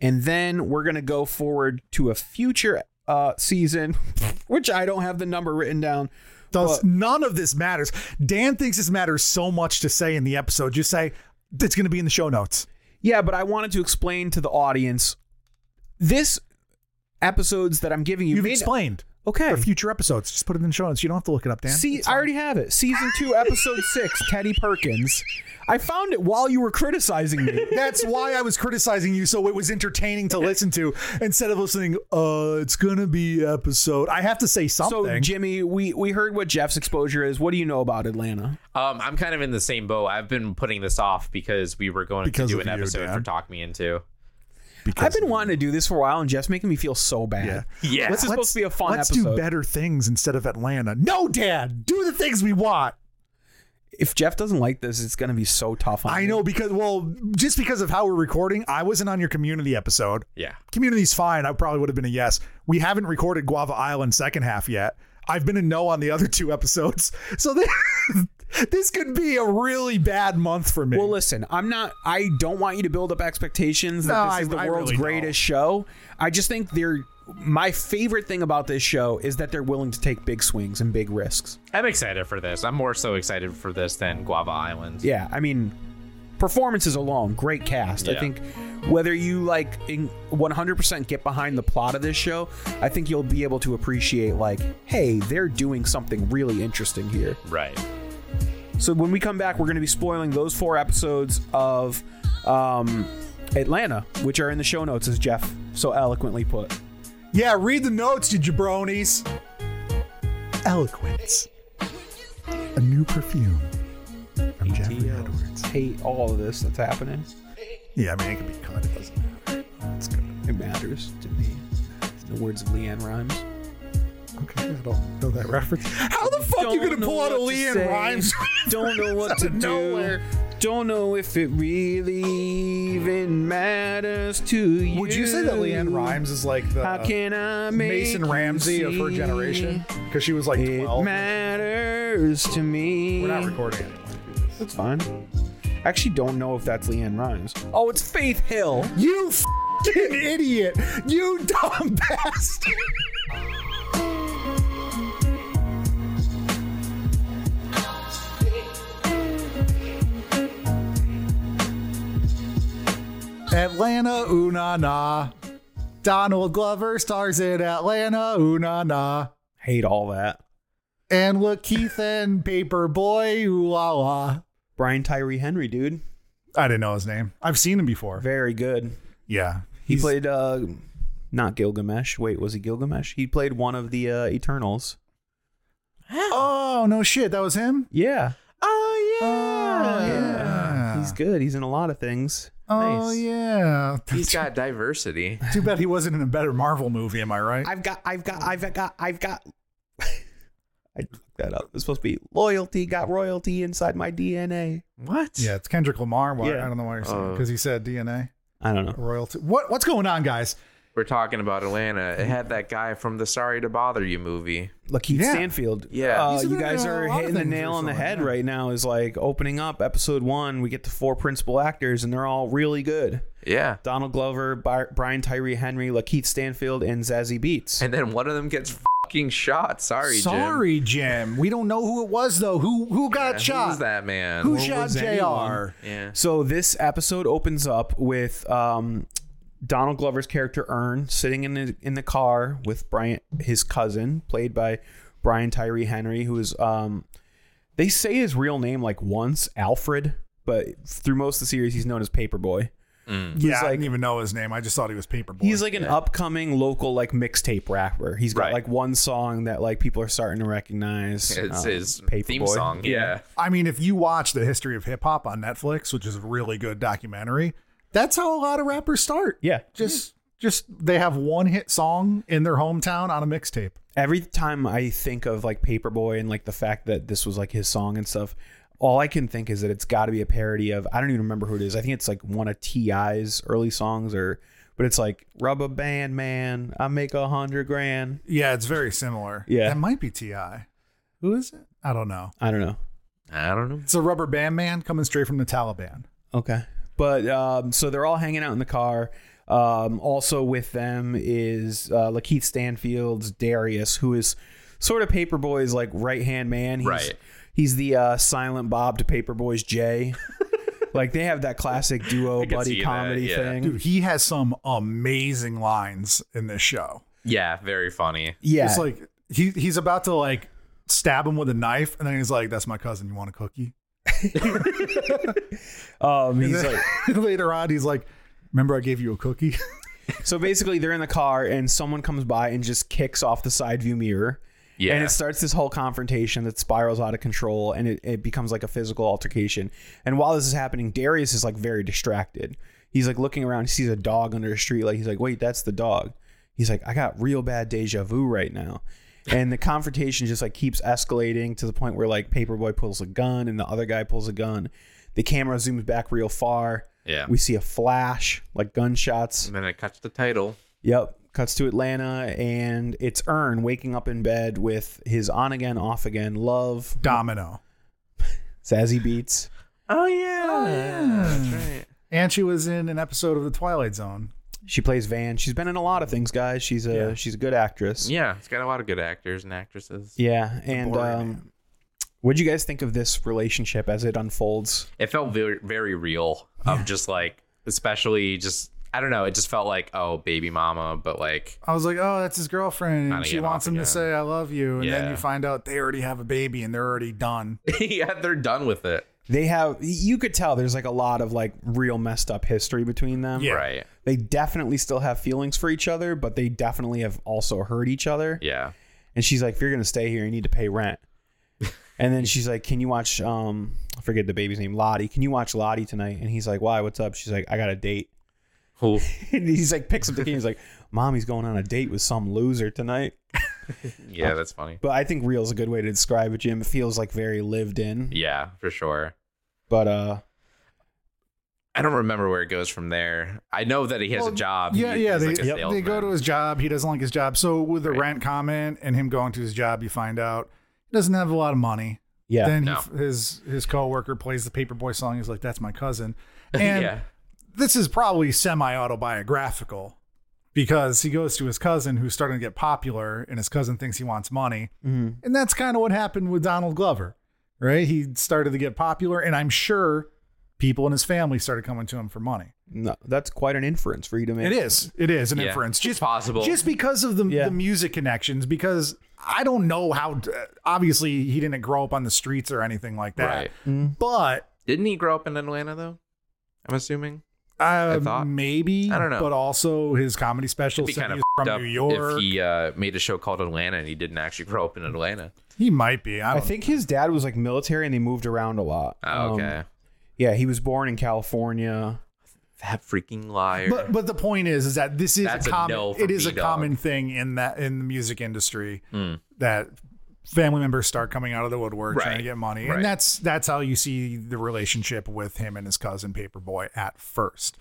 B: and then we're going to go forward to a future uh, season, (laughs) which I don't have the number written down.
C: Does none of this matters. Dan thinks this matters so much to say in the episode. Just say it's going to be in the show notes.
B: Yeah, but I wanted to explain to the audience this episodes that I'm giving you.
C: You've
B: may not-
C: explained
B: Okay.
C: for future episodes. Just put it in the show notes. You don't have to look it up, Dan.
B: See, I already have it. Season two, episode
C: (laughs)
B: six, Teddy Perkins. I found it while you were
C: (laughs)
B: criticizing me.
C: That's why I was criticizing you, so it was entertaining to listen to instead of listening. Uh, it's gonna be episode. I have to say something.
B: So, Jimmy, we, we heard what Jeff's exposure is. What do you know about Atlanta?
D: Um, I'm kind of in the same boat. I've been putting this off because we were going
C: Because
D: to do
C: of
D: an
C: you,
D: episode
C: Dan.
D: for Talk Me Into.
C: because
B: I've been wanting to do this for a while, and Jeff's making me feel so bad.
C: Yeah.
D: Yeah.
B: This is supposed to be a fun
C: Let's
B: episode.
C: do better things instead of Atlanta. No, Dad, do the things we want.
B: If Jeff doesn't like this, it's going to be so tough on
C: I
B: me.
C: know because well, just because of how we're recording, I wasn't on your community episode.
D: Yeah.
C: Community's fine. I probably would have been a yes. We haven't recorded Guava Island second half yet. I've been a no on the other (laughs) two episodes. So (laughs) this, this could be a really bad month for me.
B: Well, listen, I'm not. I don't want you to build up expectations that
C: No,
B: this
C: I-
B: is the
C: I
B: world's
C: really don't.
B: greatest show. I just think they're. My favorite thing about this show is that they're willing to take big swings and big risks.
D: I'm excited for this. I'm more so excited for this than Guava Island.
B: Yeah, I mean, performances alone, great cast. I
D: Yeah.
B: think whether you like in 100% get behind the plot of this show, I think you'll be able to appreciate like, hey, they're doing something really interesting here.
D: Right.
B: So when we come back, we're going to be spoiling those four episodes of um, Atlanta, which are in the show notes, as Jeff so eloquently put.
C: Yeah, read the notes, you jabronis. Eloquence. A new perfume
B: E
C: from Jeffrey Edwards.
B: Hate all of this that's happening.
C: Yeah, I mean, it can be cut. It doesn't matter. That's good.
B: It matters to me. In the words of Leanne Rhymes.
C: Okay, I don't know that reference. How the fuck you going to
B: know
C: pull out a
B: what to
C: Leanne
B: say. (laughs)
C: Rhymes?
B: Don't know what to
C: Out of
B: do.
C: nowhere.
B: Don't know if it really even matters to you.
C: Would you say that Leanne Rhymes is like the
B: How can I make
C: Mason
B: you
C: Ramsey of her
B: see
C: generation? Because she was like
B: It
C: 12.
B: matters to me.
C: We're not recording anymore.
B: That's fine. I actually don't know if that's Leanne Rhymes. Oh, it's Faith Hill.
C: You f- fucking idiot. You dumb (laughs) bastard. Atlanta, ooh na na. Donald Glover stars in Atlanta, ooh na na.
B: Hate all that.
C: And look, Keith and Paperboy, ooh la la.
B: Brian Tyree Henry, dude,
C: I didn't know his name. I've seen him before.
B: very good.
C: Yeah.
B: He
C: He's-
B: played uh, not Gilgamesh. Wait, was he Gilgamesh? He played one of the uh, Eternals.
C: Oh, no shit. That was him?
B: Yeah.
D: Oh
C: Oh, yeah.
B: He's good. He's in a lot of things.
C: Oh,
B: Nice. (laughs)
C: yeah.
D: He's got diversity.
C: Too bad he wasn't in a better Marvel movie, am I right?
B: I've got, I've got, I've got, I've got. (laughs) I fucked that up. It's supposed to be loyalty. Got royalty inside my DNA.
D: What?
C: yeah, it's Kendrick Lamar. Why,
B: Yeah.
C: I don't know why you're saying
D: Uh,
C: because he said DNA
B: I don't know.
C: royalty. What what's going on, guys?
D: We're talking about Atlanta. It had that guy from the Sorry to Bother You movie.
B: Lakeith
C: Yeah.
B: Stanfield.
D: Yeah.
B: Uh,
C: He's in
B: you
C: a-
B: guys
C: a
B: are
C: lot of
B: hitting the
C: things
B: nail on the
C: recently,
B: head
C: yeah.
B: right now. Is like opening up episode one. We get the four principal actors, and they're all really good.
D: Yeah.
B: Donald Glover, Bar- Brian Tyree Henry, Lakeith Stanfield, and Zazie Beats.
D: And then one of them gets fucking shot. Sorry, Jim.
C: Sorry, Jim. We don't know who it was though. Who who got shot?
D: Who's that man?
C: Who
D: Who-
C: shot
B: was
C: Jr.
B: anyone?
D: yeah.
B: So this episode opens up with um, Donald Glover's character Earn sitting in the, in the car with Brian, his cousin, played by Brian Tyree Henry, who is um, they say his real name like once Alfred, but through most of the series he's known as Paperboy.
C: Yeah, I
B: like-
C: didn't even know his name. I just thought he was Paperboy.
B: He's like an upcoming local like mixtape rapper. He's got
D: Right.
B: like one song that like people are starting to recognize.
D: It's
B: um,
D: his theme
B: Paperboy.
D: song. Yeah.
C: I mean, if you watch the history of hip hop on Netflix, which is a really good documentary, that's how a lot of rappers start.
B: Yeah.
C: Just just they have one hit song in their hometown on a mixtape.
B: every time I think of like Paperboy and like the fact that this was like his song and stuff, all I can think is that it's got to be a parody of I don't even remember who it is. I think it's like one of T.I.'s early songs or but it's like Rubber Band Man, I make a hundred grand.
C: Yeah, it's very similar.
B: Yeah.
C: That might be T.I. Who is it? I don't know.
B: I don't know.
D: I don't know.
C: It's a rubber band man coming straight from the Taliban.
B: Okay. But um, so they're all hanging out in the car. Um, also with them is uh, Lakeith Stanfield's Darius, who is sort of Paperboy's like right hand man. He's,
D: Right.
B: He's the uh, silent Bob to Paperboy's
D: (laughs)
B: Jay. like they have that classic duo
D: can
B: buddy
D: see
B: comedy
D: that, yeah.
B: thing.
C: Dude, he has some amazing lines in this show.
D: Yeah. Very funny.
B: yeah.
C: It's like he he's about to like stab him with a knife, and then he's like, "That's my cousin. You want a cookie?"
B: um,
C: (laughs)
B: he's
C: And
B: like.
C: then later on, he's like, "Remember I gave you a cookie?" (laughs)
B: So basically, they're in the car, and someone comes by and just kicks off the side view mirror.
D: Yeah.
B: And it starts this whole confrontation that spirals out of control and it, it becomes like a physical altercation. And while this is happening, Darius is like very distracted. He's like looking around, he sees a dog under a street light. He's like, wait, that's the dog. He's like, I got real bad deja vu right now. And the confrontation just like keeps escalating to the point where like Paperboy pulls a gun and the other guy pulls a gun. The camera zooms back real far.
D: yeah.
B: We see a flash, like gunshots.
D: and then I catch the title.
B: Yep. Cuts to Atlanta, and it's Earn waking up in bed with his on again, off again love,
C: Domino.
B: Zazzy Beats.
D: Oh yeah. That's right.
C: And she was in an episode of The Twilight Zone.
B: She plays Van. She's been in a lot of things, guys. She's a
C: Yeah.
B: she's a good actress.
D: Yeah. It's got a lot of good actors and actresses.
B: Yeah. And
C: boring
B: um, what'd you guys think of this relationship as it unfolds?
D: It felt very very real. Of just like, especially just I don't know. It just felt like oh baby mama, but like (laughs)
C: I was like, "Oh, that's his girlfriend, and
D: Kinda
C: she
D: get
C: wants
D: off
C: him
D: again.
C: to say I love you," and then
D: Yeah.
C: you find out they already have a baby and they're already done.
D: yeah, they're done with it.
B: They have you could tell there's like a lot of like real messed up history between them.
C: Yeah.
D: Right.
B: They definitely still have feelings for each other, but they definitely have also hurt each other.
D: Yeah.
B: And she's like, if you're gonna stay here, you need to
D: (laughs)
B: pay rent. and then she's like, can you watch? Um, I forget the baby's name, Lottie. Can you watch Lottie tonight? And he's like, why? What's up? She's like, I got a date. (laughs)
D: Cool.
B: And he's like, picks up the key. He's like, mommy's going on a date with some loser tonight.
D: Yeah, that's funny.
B: But I think real is a good way to describe it, Jim. It feels like very lived in.
D: Yeah, for sure.
B: But uh,
D: I don't remember where it goes from there. I know that he has
C: Well,
D: a job.
C: Yeah,
D: He-
C: yeah.
D: he's
C: They,
D: like a
C: yep, they go
D: salesman.
C: to his job. He doesn't like his job. So with the
D: Right.
C: rent comment and him going to his job, you find out he doesn't have a lot of money.
B: yeah,
C: then he
D: No.
C: f his his coworker plays the Paperboy song. He's like, "That's my cousin,"
D: (laughs)
C: and
D: yeah.
C: this is probably semi autobiographical because he goes to his cousin who's starting to get popular and his cousin thinks he wants money.
D: Mm-hmm.
C: And that's kind of what happened with Donald Glover, right? He started to get popular and I'm sure people in his family started coming to him for money.
B: No, that's quite an inference for you to make.
C: It is. It is an
D: Yeah.
C: inference.
D: It's
C: Just
D: possible.
C: Just because of the,
B: Yeah.
C: the music connections, because I don't know how, obviously, he didn't grow up on the streets or anything like that.
D: Right.
C: But
D: Didn't he grow up in Atlanta though? I'm assuming.
C: Uh,
D: thought.
C: maybe
D: I don't know.
C: But also his comedy special
D: It'd be
C: said
D: kind of
C: he's from
D: up
C: New York.
D: if
C: He,
D: he uh, made a show called Atlanta and he didn't actually grow up in Atlanta.
C: might be. I,
B: I
C: don't,
B: think his dad was like military and they moved around a lot.
D: Oh,
B: Um,
D: okay.
B: yeah, he was born in California.
D: that freaking liar.
C: But but the point is is that this is
D: That's
C: a
D: a
C: common
D: no from
C: it is a
D: me, dog. Hmm.
C: common thing in that in the music industry that family members start coming out of the woodwork trying to
D: Right.
C: get money.
D: Right.
C: And that's that's how you see the relationship with him and his cousin Paperboy at first.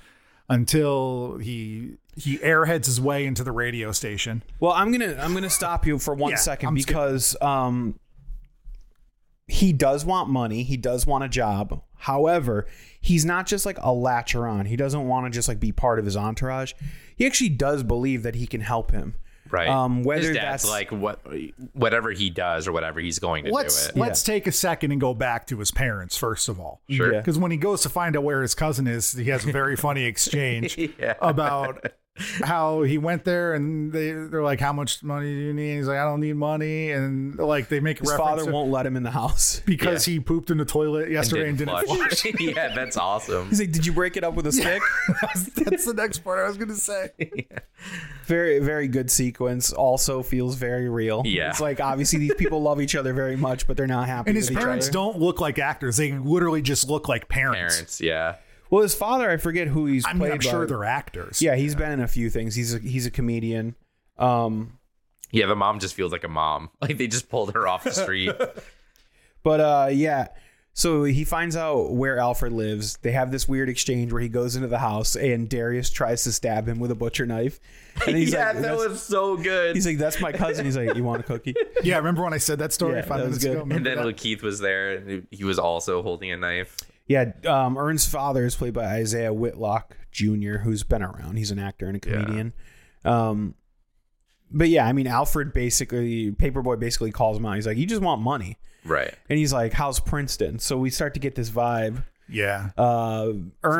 C: Until he he airheads his way into the radio station.
B: Well, I'm gonna I'm gonna stop you for one
C: Yeah,
B: second
C: I'm scared.
B: because um he does want money. He does want a job. However, he's not just like a latcher on. He doesn't want to just like be part of his entourage. He actually does believe that he can help him.
D: right.
B: um, whether
D: His dad's
B: that's-
D: like what, whatever he does or whatever he's going to
C: Let's
D: do it.
C: let's take a second and go back to his parents first of all.
D: Sure.
B: Yeah.
C: Because when he goes to find out where his cousin is, he has a very funny exchange
D: Yeah.
C: about how he went there and they, they're like, How much money do you need? He's like, I don't need money. And like they make a
B: His
C: reference
B: father
C: to-
B: won't let him in the house. (laughs)
C: because he pooped in the toilet yesterday and didn't, flush. (laughs)
D: (laughs) yeah, that's awesome.
B: He's like, "Did you break it up with a stick?"
C: That's the next part I was gonna say.
B: very very good sequence. Also feels very real.
D: Yeah.
B: it's like obviously these people love each other very much, but they're not happy.
C: And
B: with
C: his
B: each
C: parents
B: other.
C: don't look like actors; they literally just look like
D: (laughs)
C: parents.
D: Parents, yeah.
B: Well, his father, I forget who he's
C: I mean,
B: played.
C: I'm
B: by.
C: sure they're actors.
B: Yeah, he's been in a few things. He's a, he's a comedian. Um,
D: Yeah, the mom just feels like a mom. (laughs) Like they just pulled her off the street.
B: but uh, yeah, so he finds out where Alfred lives. They have this weird exchange where he goes into the house and Darius tries to stab him with a butcher knife. And (laughs)
D: (laughs)
B: he's
D: yeah,
B: like,
D: that
B: "That's-"
D: was so good.
B: he's like, that's my cousin. He's like, you want
D: (laughs)
B: a cookie?
C: yeah. Remember when I said that story
B: Yeah,
C: five
B: that was
C: minutes
B: good.
C: ago?
B: And
D: and
C: Remember
D: then
C: that?
D: Lil Keith was there, and he was also holding a knife.
B: Yeah, um, Ern's father is played by Isaiah Whitlock Jr., who's been around. He's an actor and a comedian. Um, but yeah, I mean, Alfred basically, Paperboy basically calls him out. He's like, you just want money.
D: Right.
B: And he's like, how's Princeton? So we start to get this vibe.
C: yeah,
B: uh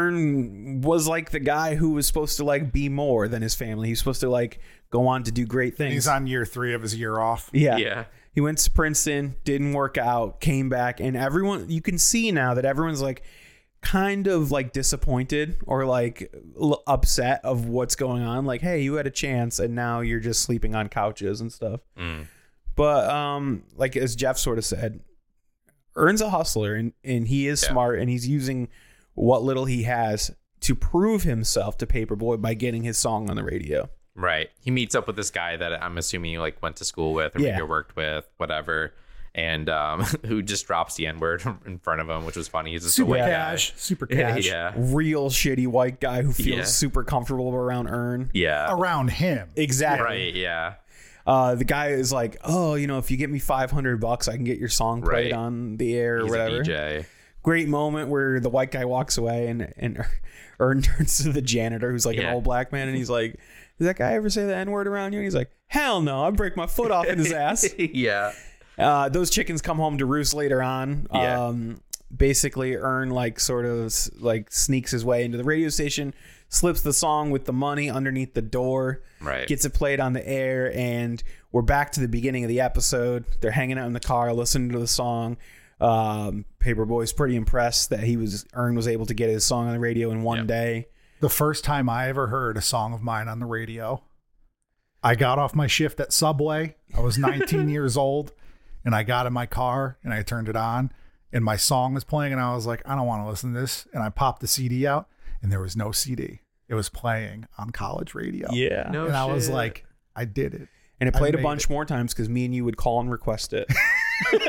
B: Earn was like the guy who was supposed to like be more than his family. He's supposed to like go on to do great things.
C: he's on year three of his year off.
B: yeah.
D: Yeah.
B: He went to Princeton, didn't work out, came back, and everyone you can see now that everyone's like kind of like disappointed or like l- upset of what's going on. Like, hey, you had a chance and now you're just sleeping on couches and stuff.
D: Mm.
B: But um, like as Jeff sort of said, Earn's a hustler and, and he is
D: Yeah.
B: smart and he's using what little he has to prove himself to Paperboy by getting his song on the radio.
D: Right. He meets up with this guy that I'm assuming he like went to school with or
B: Yeah.
D: maybe worked with, whatever, and um, (laughs) who just drops the N word (laughs) in front of him, which was funny. He's just
C: Super
D: a white
C: cash, super
D: guy. (laughs)
C: cash.
D: yeah.
B: Real shitty white guy who feels
D: Uh-huh. Yeah.
B: super comfortable around Earn.
D: Yeah.
C: around him.
B: Exactly.
D: Right. Yeah.
B: Uh, the guy is like, oh, you know, if you get me 500 bucks, I can get your song played
D: Right.
B: on the air or
D: He's
B: whatever.
D: a DJ.
B: Great moment where the white guy walks away and, and (laughs) Ern turns to the janitor who's like an
D: Yeah.
B: old black man and he's like, does that guy ever say the N word around you? And he's like, hell no, I break my foot off in
D: (laughs)
B: his ass.
D: yeah.
B: Uh, those chickens come home to roost later on.
D: Yeah.
B: Um, basically, Earn like sort of s- like sneaks his way into the radio station, slips the song with the money underneath the door,
D: Right.
B: gets it played on the air, and we're back to the beginning of the episode. They're hanging out in the car, listening to the song. Um, Paperboy's pretty impressed that he was Earn was able to get his song on the radio in one day.
C: The first time I ever heard a song of mine on the radio, I got off my shift at Subway. I
D: (laughs)
C: was 19 years old, and I got in my car and I turned it on, and my song was playing, and I was like, I don't want to listen to this, and I popped the CD out, and there was no CD. It was playing on college radio.
B: Yeah,
D: No
C: and I was
D: shit.
C: like, I did it.
B: and it
C: I
B: played a
C: made
B: bunch more times because me and you would call and request it. (laughs)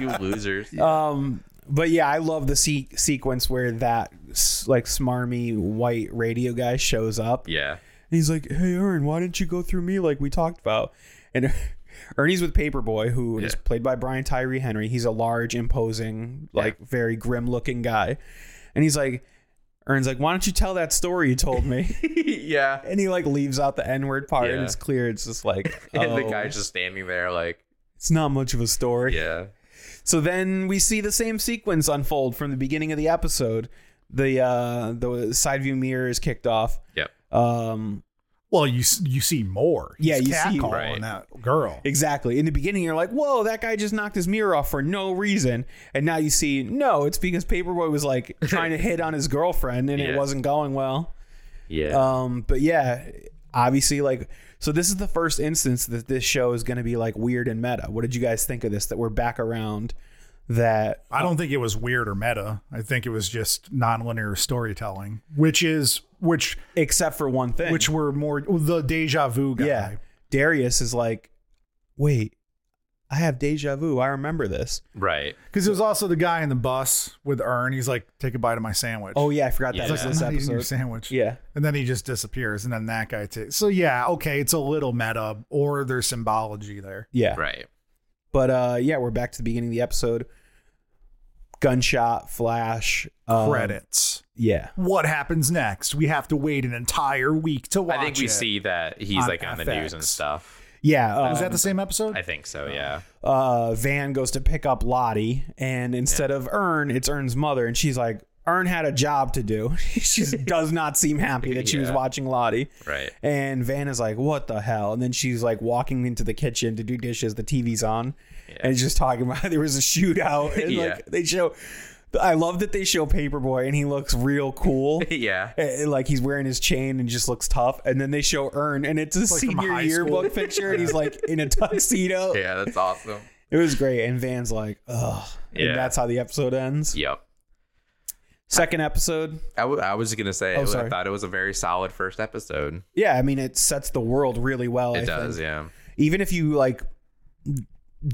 D: you losers.
B: Um, but yeah, I love the se- sequence where that s- like smarmy white radio guy shows
D: (laughs)
B: up.
D: Yeah. (laughs)
B: And he's like, "Hey, Ern, why didn't you go through me like we talked about?" And (laughs) Ernie's with Paperboy, who is
D: Yeah.
B: played by Brian Tyree Henry. He's a large, imposing, like very grim-looking guy, and he's like. Ern's like, why don't you tell that story you
D: (laughs)
B: told me?
D: yeah.
B: and he like leaves out the N word part, and
D: Yeah.
B: it's clear. It's just like,
D: (laughs) And the
B: oh,
D: guy's just standing there like,
B: it's not much of a story.
D: yeah.
B: So then we see the same sequence unfold from the beginning of the episode. The uh, the side view mirror is kicked off.
D: Yep.
B: Um,
C: Well, you s- you see more.
B: Yeah,
C: He's
B: you see-
C: catcalling
D: Right.
C: that girl.
B: Exactly. In the beginning, you're like, whoa, that guy just knocked his mirror off for no reason. And now you see, no, it's because Paperboy was like trying to hit on his girlfriend and it
D: Yeah.
B: wasn't going well.
D: Yeah.
B: Um, but yeah, obviously, like, so this is the first instance that this show is going to be like weird and meta. What did you guys think of this? That we're back around that.
C: I don't think it was weird or meta. I think it was just nonlinear storytelling, which is which
B: Except for one thing.
C: which were more the deja vu guy.
B: yeah. Darius is like, wait, I have deja vu. I remember this.
D: right.
C: Because it was also the guy in the bus with Ern. He's like, take a bite of my sandwich.
B: Oh, yeah, I forgot that
D: Yeah.
C: (laughs)
B: was
C: I'm
B: this
C: not eating your
B: episode.
C: sandwich.
B: Yeah.
C: And then he just disappears. And then that guy takes. So, yeah, okay, it's a little meta or there's symbology there.
B: Yeah.
D: Right.
B: But uh yeah, we're back to the beginning of the episode. Gunshot, flash, um,
C: Credits.
B: Yeah.
C: What happens next? We have to wait an entire week to watch
D: I think we
C: it.
D: see that he's
C: on
D: like on the news and
C: FX.
D: stuff.
B: Yeah.
C: Is
B: Uh,
C: that the same episode?
D: um, I think so. Yeah.
B: uh Van goes to pick up Lottie and instead of Ern, it's Ern's mother, and she's like, Ern had a job to do. (laughs) she does not seem happy that she was
D: Yeah.
B: watching Lottie.
D: Right.
B: And Van is like, What the hell? And then she's like walking into the kitchen to do dishes, the TV's on, and just talking about (laughs) there was a shootout. And
D: Yeah.
B: like they show I love that they show Paperboy and he looks real cool.
D: yeah.
B: And, like he's wearing his chain and just looks tough. And then they show Earn, and it's a
C: like from
B: senior
C: high
B: yearbook
C: school.
B: picture, and he's like in a tuxedo.
D: Yeah. That's awesome.
B: It was great. And Van's like, ugh.
D: Yeah.
B: And that's how the episode ends.
D: Yep.
B: Second episode.
D: I wa- I was gonna say
B: Oh,
D: it was-
B: sorry.
D: I thought it was a very solid first episode.
B: Yeah, I mean, it sets the world really well.
D: It
B: Oh, I
D: does,
B: think.
D: yeah.
B: Even if you like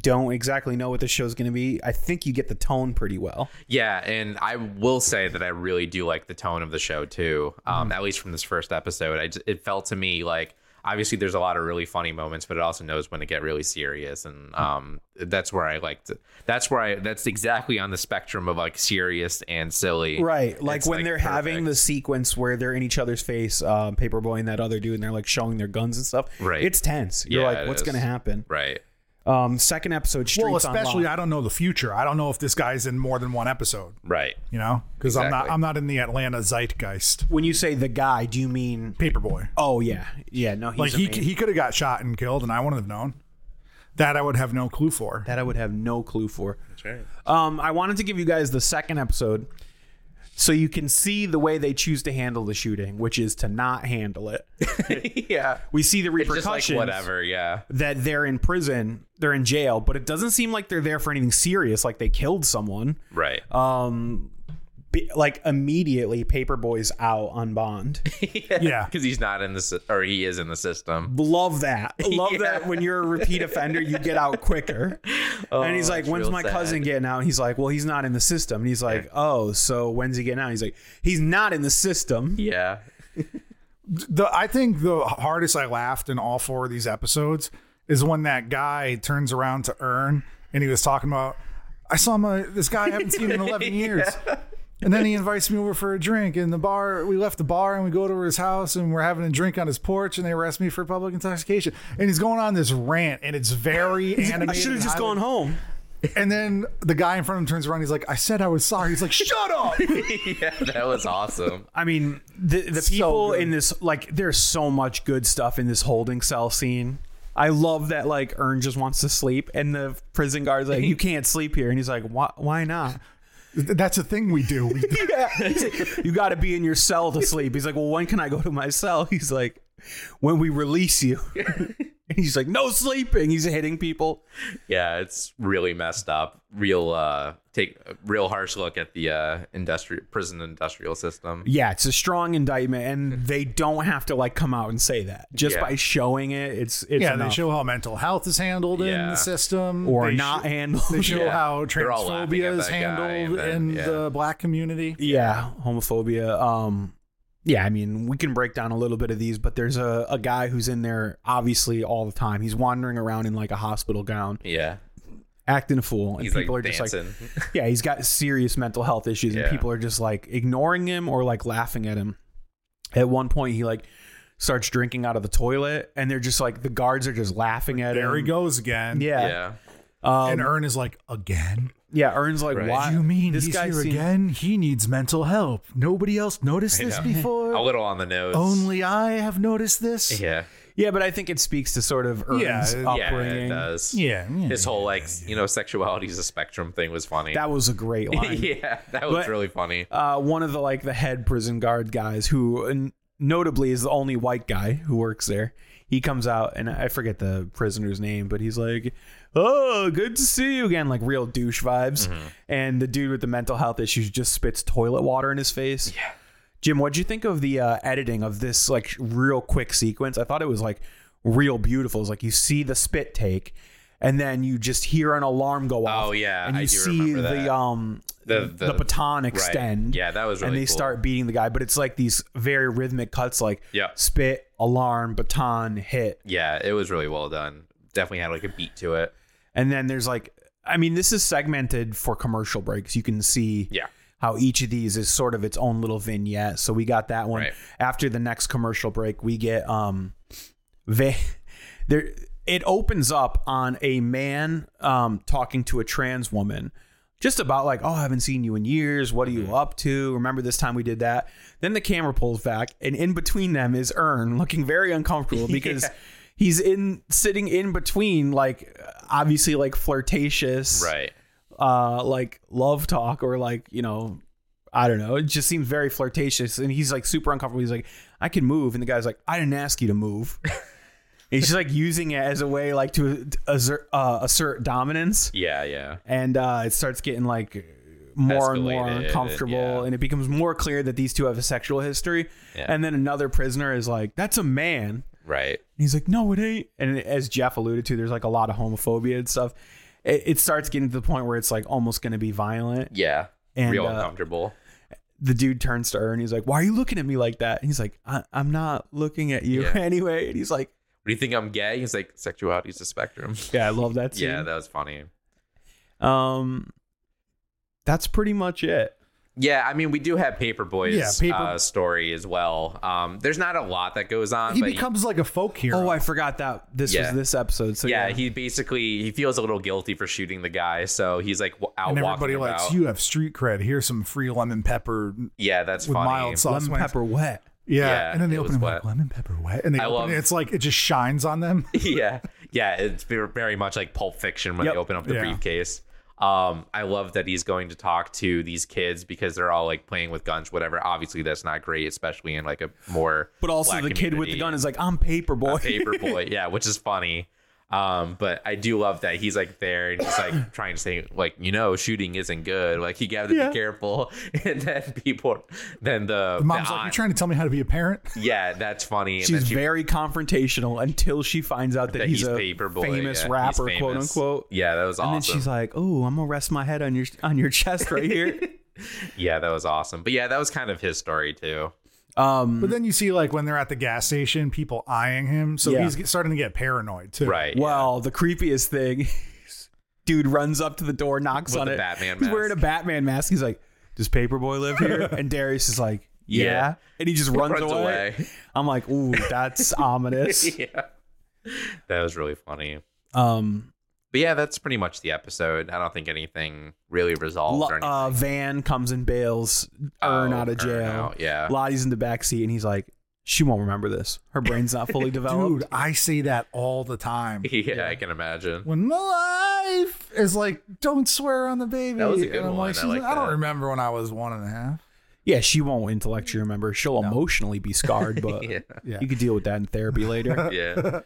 B: don't exactly know what the show's going to be, I think you get the tone pretty well.
D: Yeah, and I will say that I really do like the tone of the show too.
B: Mm.
D: Um, at least from this first episode, I j it felt to me like obviously there's a lot of really funny moments, but it also knows when to get really serious, and um, that's where I liked. That's where I. That's exactly on the spectrum of like serious and silly.
B: Right. Like
D: It's,
B: when they're having the
D: perfect.
B: sequence where they're in each other's face, um, Paperboy and that other dude, and they're like showing their guns and stuff.
D: Right.
B: It's tense. You're
D: Yeah,
B: like,
D: it
B: what's
D: is.
B: going to happen?
D: right.
B: Um, second episode, Streets
C: well, especially
B: Unlocked.
C: I don't know the future. I don't know if this guy's in more than one episode.
D: Right.
C: You know, because I'm
D: Exactly.
C: not I'm not in the Atlanta zeitgeist.
B: when you say the guy, do you mean?
C: Paperboy,
B: Oh yeah, yeah. No, he's
C: like he
B: amazing.
C: he could have got shot and killed, and I wouldn't have known. That I would have no clue for.
B: that I would have no clue for. Um, I wanted to give you guys the second episode, so you can see the way they choose to handle the shooting, which is to not handle it.
D: (laughs) yeah.
B: We see the
D: Just like
B: repercussions.
D: whatever. Yeah.
B: that they're in prison, they're in jail, but it doesn't seem like they're there for anything serious, like they killed someone.
D: Right.
B: Um, be, like immediately, Paperboy's out on bond.
C: yeah,
D: Because he's not in the sy- or he is in the system.
B: Love (laughs) that. Love that
D: Yeah.
B: when you're a repeat offender, you get out quicker. and he's
D: Oh,
B: like,
D: it's
B: when's
D: real
B: my
D: sad.
B: cousin getting out? And he's like, well, he's not in the system. And he's like, oh, so when's he getting out? And he's like, he's not in the system.
D: Yeah.
C: the I think the hardest I laughed in all four of these episodes is when that guy turns around to Earn and he was talking about I saw my this guy I haven't seen in eleven years. And then he invites me over for a drink. And the bar, we left the bar and we go to his house and we're having a drink on his porch. And they arrest me for public intoxication. And he's going on this rant, and it's very animated.
B: (laughs) I should have
C: and
B: just
C: highly-
B: gone home.
C: And then the guy in front of him turns around. He's like, "I said I was sorry." He's like, "Shut
D: (laughs)
C: up."
D: yeah. That was awesome.
B: I mean, the the people
C: good.
B: in this like, there's so much good stuff in this holding cell scene. I love that like Ern just wants to sleep, and the prison guard's like, "You can't sleep here," and he's like, "Why? Why not?"
C: That's a thing we do.
B: (laughs)
C: We
B: He's like, you got to be in your cell to sleep. He's like, well, when can I go to my cell? He's like, when we release you. (laughs) and he's like, no sleeping. He's hitting people.
D: Yeah, it's really messed up. Real uh take a real harsh look at the uh industrial prison industrial system.
B: Yeah, it's a strong indictment, and they don't have to like come out and say that just
D: Hmm. Yeah.
B: by showing it. It's it's
C: yeah,
B: enough.
C: they show how mental health is handled in
D: Yeah.
C: the system,
B: or
C: They
B: not
C: sho-
B: handle.
C: they show
D: Yeah.
C: how
D: They're all laughing
C: transphobia
D: at
C: is
D: that guy,
C: handled
D: but-
C: in
D: yeah.
C: the black community.
B: yeah, homophobia. Um, yeah, I mean, we can break down a little bit of these, but there's a, a guy who's in there obviously all the time. He's wandering around in like a hospital gown.
D: Yeah.
B: acting a fool, and
D: He's like
B: people are just like,
D: dancing.
B: (laughs) yeah, he's got serious mental health issues,
D: Yeah.
B: and people are just like ignoring him or like laughing at him. At one point, he like starts drinking out of the toilet, and they're just like the guards are just laughing at him.
E: There he goes again.
B: Yeah, yeah.
D: yeah.
B: Um,
E: And Ern is like, again?
B: Ern's like,
D: Right.
B: why?
E: You mean
B: this
E: he's
B: guy
E: here
B: seems-
E: again? He needs mental help. Nobody else noticed this
D: Yeah. (laughs) A
E: before.
D: little on the nose.
E: Only I have noticed this.
D: Yeah.
B: Yeah, but I think it speaks to sort of Ern's
E: Yeah, yeah, it
D: Yeah, it
B: upbringing.
D: does.
E: Yeah, yeah.
D: His whole like you know sexuality is a spectrum thing was funny. (laughs)
B: That was a
E: (laughs)
B: great line.
D: yeah, that was
B: But-
D: really funny.
B: uh, one of the like the head prison guard guys who n- notably is the only white guy who works there. He comes out and I forget the prisoner's name, but he's like, "Oh, good to see you again," like real douche vibes.
D: Mm-hmm.
B: And the dude with the mental health issues just spits toilet water in his face. Yeah. Jim, what'd you think of the uh, editing of this like real quick sequence? I thought it was like real beautiful. It's like you see the spit take, and then you just hear an alarm go off.
D: Oh, yeah,
B: and you
D: I do
B: see
D: remember
B: the
D: that.
B: um
D: The-
B: the,
D: the-
B: baton extend.
D: Yeah, that was really
B: and they
D: cool.
B: start beating the guy, but it's like these very rhythmic cuts, like
D: Yeah.
B: spit, alarm, baton, hit,
D: Yeah, it was really well done. Definitely had like a beat to it.
B: and then there's like, I mean, this is segmented for commercial breaks. You can see
D: Yeah.
B: how each of these is sort of its own little vignette. So we got that one.
D: Right.
B: After the next commercial break, we get um, they there. It opens up on a man um talking to a trans woman. Just about like, oh, I haven't seen you in years. What are you up to? Remember this time we did that? Then the camera pulls back, and in between them is Ern looking very uncomfortable because he's in sitting in between, like obviously like flirtatious,
D: Right.
B: uh like love talk or like you know i don't know it just seems very flirtatious and he's like super uncomfortable he's like i can move and the guy's like i didn't ask you
D: (laughs)
B: to move And he's just like using it as a way like to assert, uh, assert dominance
D: Yeah, yeah.
B: and uh it starts getting like more and more
D: Escalated,
B: uncomfortable
D: yeah.
B: and it becomes more clear that these two have a sexual history
D: Yeah.
B: and then another prisoner is like that's a man
D: Right.
B: and he's like, no, it ain't. And as Jeff alluded to, there's like a lot of homophobia and stuff. It, it starts getting to the point where it's like almost going to be violent.
D: Yeah.
B: And,
D: Real
B: uh,
D: uncomfortable.
B: The dude turns to her and he's like, why are you looking at me like that? And he's like, I- I'm not looking at you
D: Yeah.
B: (laughs) anyway. And he's like,
D: What do you think I'm gay? He's like sexuality is a spectrum.
B: yeah, I love that scene.
D: yeah, that was funny.
B: um, that's pretty much it.
D: Yeah, I mean we do have Paperboy's
C: Yeah, Paper-
D: uh, story as well. Um, there's not a lot that goes on.
C: He
D: but
C: becomes like a folk hero.
B: Oh, I forgot that this
D: Yeah.
B: was this episode. So
D: yeah, he basically he feels a little guilty for shooting the guy, so he's like w- out
E: And
D: walking
E: everybody
D: about.
E: likes, you have street cred. Here's some free lemon pepper
D: Yeah, that's
E: with
D: funny. (laughs)
E: mild sauce.
B: lemon
E: wings."
B: pepper wet.
E: Yeah.
D: Yeah,
E: And then they
D: it
E: open
D: was
E: them like,
D: wet.
E: lemon pepper wet. And they
D: I
E: open
D: love-
E: it. It's like, it just shines on
D: (laughs)
E: them.
D: yeah, yeah, it's ve- very much like Pulp Fiction when
B: Yep.
D: they open up the
E: Yeah.
D: briefcase. Um, I love that he's going to talk to these kids because they're all like playing with guns, whatever. Obviously, that's not great, especially in like a more
B: But also
D: black
B: the kid with the
D: community.
B: gun is like, I'm paper (laughs) boy.
D: paper boy yeah which is funny um but i do love that he's like there and he's
B: (laughs)
D: like trying to say like you know shooting isn't good like you gotta
B: Yeah.
D: be careful (laughs) and then people then the,
E: The mom's
D: the
E: like, you're
D: aunt-
E: trying to tell me how to be a parent?
D: yeah that's funny and
B: She's
D: then she,
B: very confrontational until she finds out that,
D: that
B: he's, a
D: paper boy
B: famous
D: yeah, he's
B: rapper, quote
D: famous.
B: unquote.
D: yeah that was
B: And
D: awesome
B: then she's like, "Oh, I'm gonna rest my head on your on your chest right here."
D: (laughs) yeah that was awesome but yeah that was kind of his story too
B: um,
E: But then you see, like, when they're at the gas station, people eyeing him. So
B: Yeah.
E: he's get- starting to get paranoid, too.
D: right yeah.
B: well, the creepiest thing, is dude runs up to the door, knocks
D: With
B: on
D: the
B: it.
D: Batman
B: He's wearing a
D: mask.
B: Batman mask. He's like, "Does Paperboy
D: (laughs)
B: live here?" and Darius is like, "Yeah,",
D: Yeah.
B: and he just runs,
D: (laughs) Runs
B: away.
D: away. (laughs)
B: I'm like, "Ooh, that's ominous."
D: yeah that was really funny
B: Um,
D: but yeah that's pretty much the episode i don't think anything really resolved
B: Lo-
D: or anything
B: uh, Van comes and bails Earn
D: Oh,
B: out of
D: Earn
B: jail.
D: out, yeah.
B: Lottie's in the back seat, and he's like, "She won't remember this. Her brain's not
D: (laughs)
B: fully developed."
E: Dude, I say that all the time.
D: (laughs) yeah, I can imagine.
E: when my life is like, don't swear on the baby.
D: That was a good
E: And I'm
D: one.
E: Like,
D: I
E: she's
D: like
E: like, I don't
D: that.
E: remember when I was one and a half.
B: Yeah, she won't intellectually remember. She'll emotionally be scarred, but
D: Yeah.
E: Yeah.
B: you could deal with that in
D: (laughs)
B: therapy later.
C: (laughs)
D: Yeah.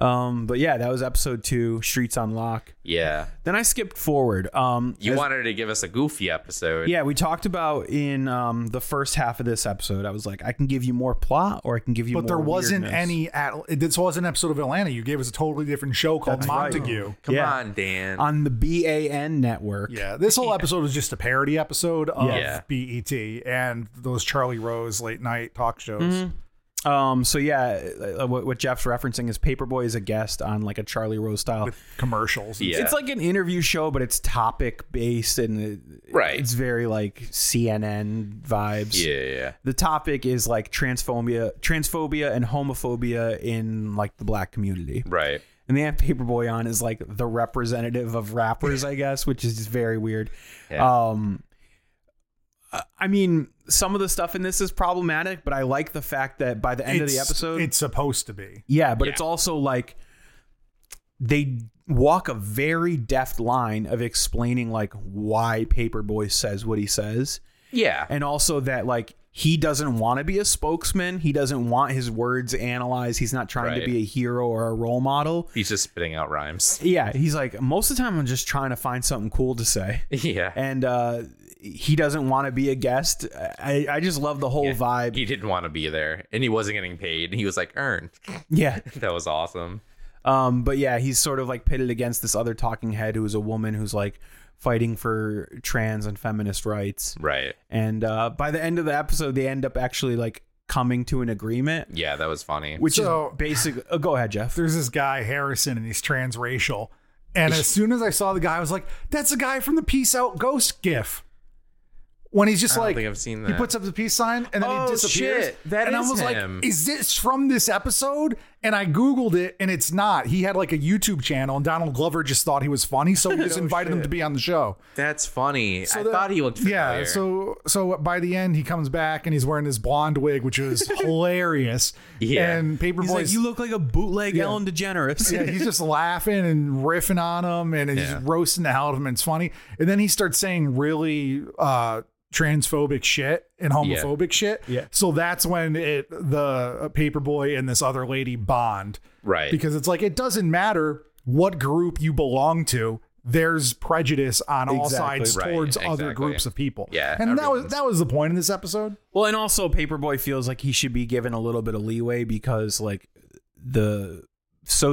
B: um, but yeah, that was episode two, Streets on Lock.
D: Yeah.
B: Then I skipped forward. Um,
D: You
B: as-
D: wanted to give us a goofy episode.
B: yeah, we talked about in um, the first half of this episode. I was like, I can give you more plot, or I can give you.
E: But there
B: more
E: wasn't
B: weirdness.
E: any. At, this wasn't an episode of Atlanta. You gave us a totally different show called
B: That's right.
E: Montague.
D: Come
B: Yeah.
D: on, Dan.
B: on the BAN network.
E: Yeah, this whole episode was just a parody episode of E
D: Yeah.
E: BET and those Charlie Rose late night talk shows.
B: Um, so yeah, uh, what, what Jeff's referencing is Paperboy is a guest on like a Charlie Rose style.
C: with commercials. and
D: Yeah.
B: It's like an interview show, but it's topic based and it,
D: Right.
B: It's very like CNN vibes.
D: Yeah, yeah, yeah.
B: The topic is like transphobia, transphobia and homophobia in like the black community.
D: right.
B: And they have Paperboy on as like the representative of rappers, I guess, which is just very weird.
C: Uh,
D: Yeah.
B: Um I- I mean, some of the stuff in this is problematic, but I like the fact that by the end of the
C: It's-
B: episode,
C: It's supposed to be.
B: yeah, but
D: Yeah.
B: it's also like they walk a very deft line of explaining like why Paperboy says what he says,
D: Yeah.
B: and also that like he doesn't want to be a spokesman. He doesn't want his words analyzed. He's not trying
D: Right.
B: to be a hero or a role model.
D: He's just spitting out rhymes. (laughs)
B: Yeah, he's like most of the time I'm just trying to find something cool to say,
D: Yeah.
B: and uh, he doesn't want to be a guest. I, I just love the whole vibe.
D: He didn't want to be there and he wasn't getting paid. He was like, earned.
B: yeah,
D: (laughs) That was awesome.
B: Um, but yeah, he's sort of like pitted against this other talking head who is a woman who's like fighting for trans and feminist rights.
D: Right.
B: And uh, by the end of the episode, they end up actually like coming to an agreement,
D: Yeah, that was funny.
B: which
C: So-
B: is basic. Oh, go ahead, Jeff.
C: There's this guy Harrison, and he's transracial. And as soon as I saw the guy, I was like, "That's the guy from the Peace Out Ghost GIF." When he's
D: I
C: just
D: don't
C: like,
D: think I've seen
C: he
D: that.
C: puts up the peace sign, and then
D: Oh,
C: he disappears.
D: shit. That
C: and
D: is
C: I was
D: him.
C: like, "Is this from this episode?" And I googled it, and it's not. He had like a YouTube channel, and Donald Glover just thought he was
D: (laughs)
C: funny, so he just invited him to be on the show.
D: That's funny. I
C: the-
D: thought he looked familiar.
C: Yeah, so so by the end he comes back and he's wearing his blonde wig, which is
D: (laughs)
C: hilarious.
D: Yeah.
C: and
B: He's like,
C: Paperboy's
B: you look like a bootleg
C: Yeah.
B: Ellen DeGeneres.
C: (laughs) yeah, he's just laughing and riffing on him and he's
D: Yeah.
C: roasting the hell out of him. And it's funny. And then he starts saying really uh transphobic shit and homophobic shit.
B: Yeah.
C: So that's when it the uh, paperboy and this other lady bond.
D: right.
C: Because it's like it doesn't matter what group you belong to. There's prejudice on all
B: Exactly.
C: sides
D: Right,
C: towards other
D: exactly.
C: groups of people.
D: Yeah,
C: and that was
D: everyone's-
C: that was the point in this episode.
B: (laughs) Well, and also Paperboy feels like he should be given a little bit of leeway because like the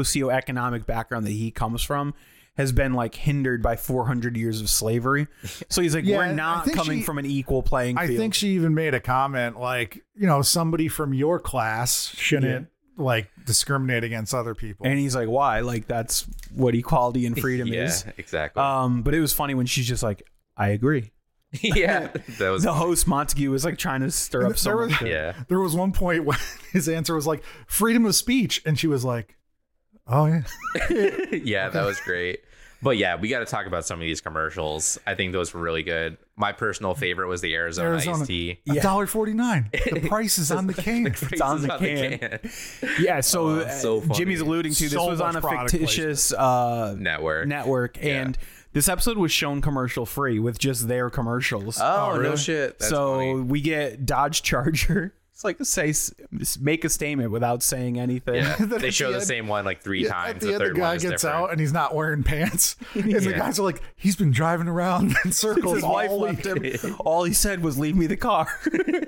B: socioeconomic background that he comes from has been like hindered by 400 years of slavery. So he's
C: (laughs)
B: like,
C: Yeah,
B: we're
C: I
B: not
C: think
B: coming
C: she-
B: from an equal playing
C: I
B: field.
C: think she even made a comment like, you know, somebody from your class shouldn't like discriminate against other people.
B: and he's like, why? Like that's what equality and
D: (laughs)
B: freedom
D: yeah,
B: is.
D: exactly.
C: uh,
B: Um, but it was funny when she's just like, I agree.
D: (laughs)
C: (laughs)
D: yeah, that was
B: The host Montague was like trying to stir up so
C: There was-
B: much. shit.
D: yeah.
C: there was one point (laughs) when his answer was like freedom of speech, and she was like, "Oh yeah,
D: yeah, that was great. But yeah, we got to talk about some of these commercials. I think those were really good. My personal favorite was the Arizona,
C: Arizona.
D: iced tea. (laughs)
C: a dollar forty nine. The price is on the can."
D: It's
B: on the can. Yeah, so,
D: Oh,
B: uh,
D: so funny.
B: Jimmy's alluding to this
C: So
B: was on a
C: much product
B: fictitious uh,
D: network.
B: network,
D: Yeah.
B: and this episode was shown commercial free with just their commercials.
D: Oh, no shit. That's
B: so
D: funny.
B: we get Dodge Charger. (laughs) It's like say s- make a statement without saying anything. (laughs)
D: Yeah,
C: Then
D: they
C: at
D: show
C: the
D: the
C: end-
D: same one like three times.
C: (laughs) At the,
D: The,
C: end,
D: third
C: the guy
D: one is
C: gets
D: different.
C: out and he's not
D: (laughs)
C: wearing pants, and the
D: Yeah.
C: guys are like, "He's been
D: (laughs)
C: driving around in circles
B: His wife
C: all
B: left
C: week."
B: him. All he said was "Leave me the car."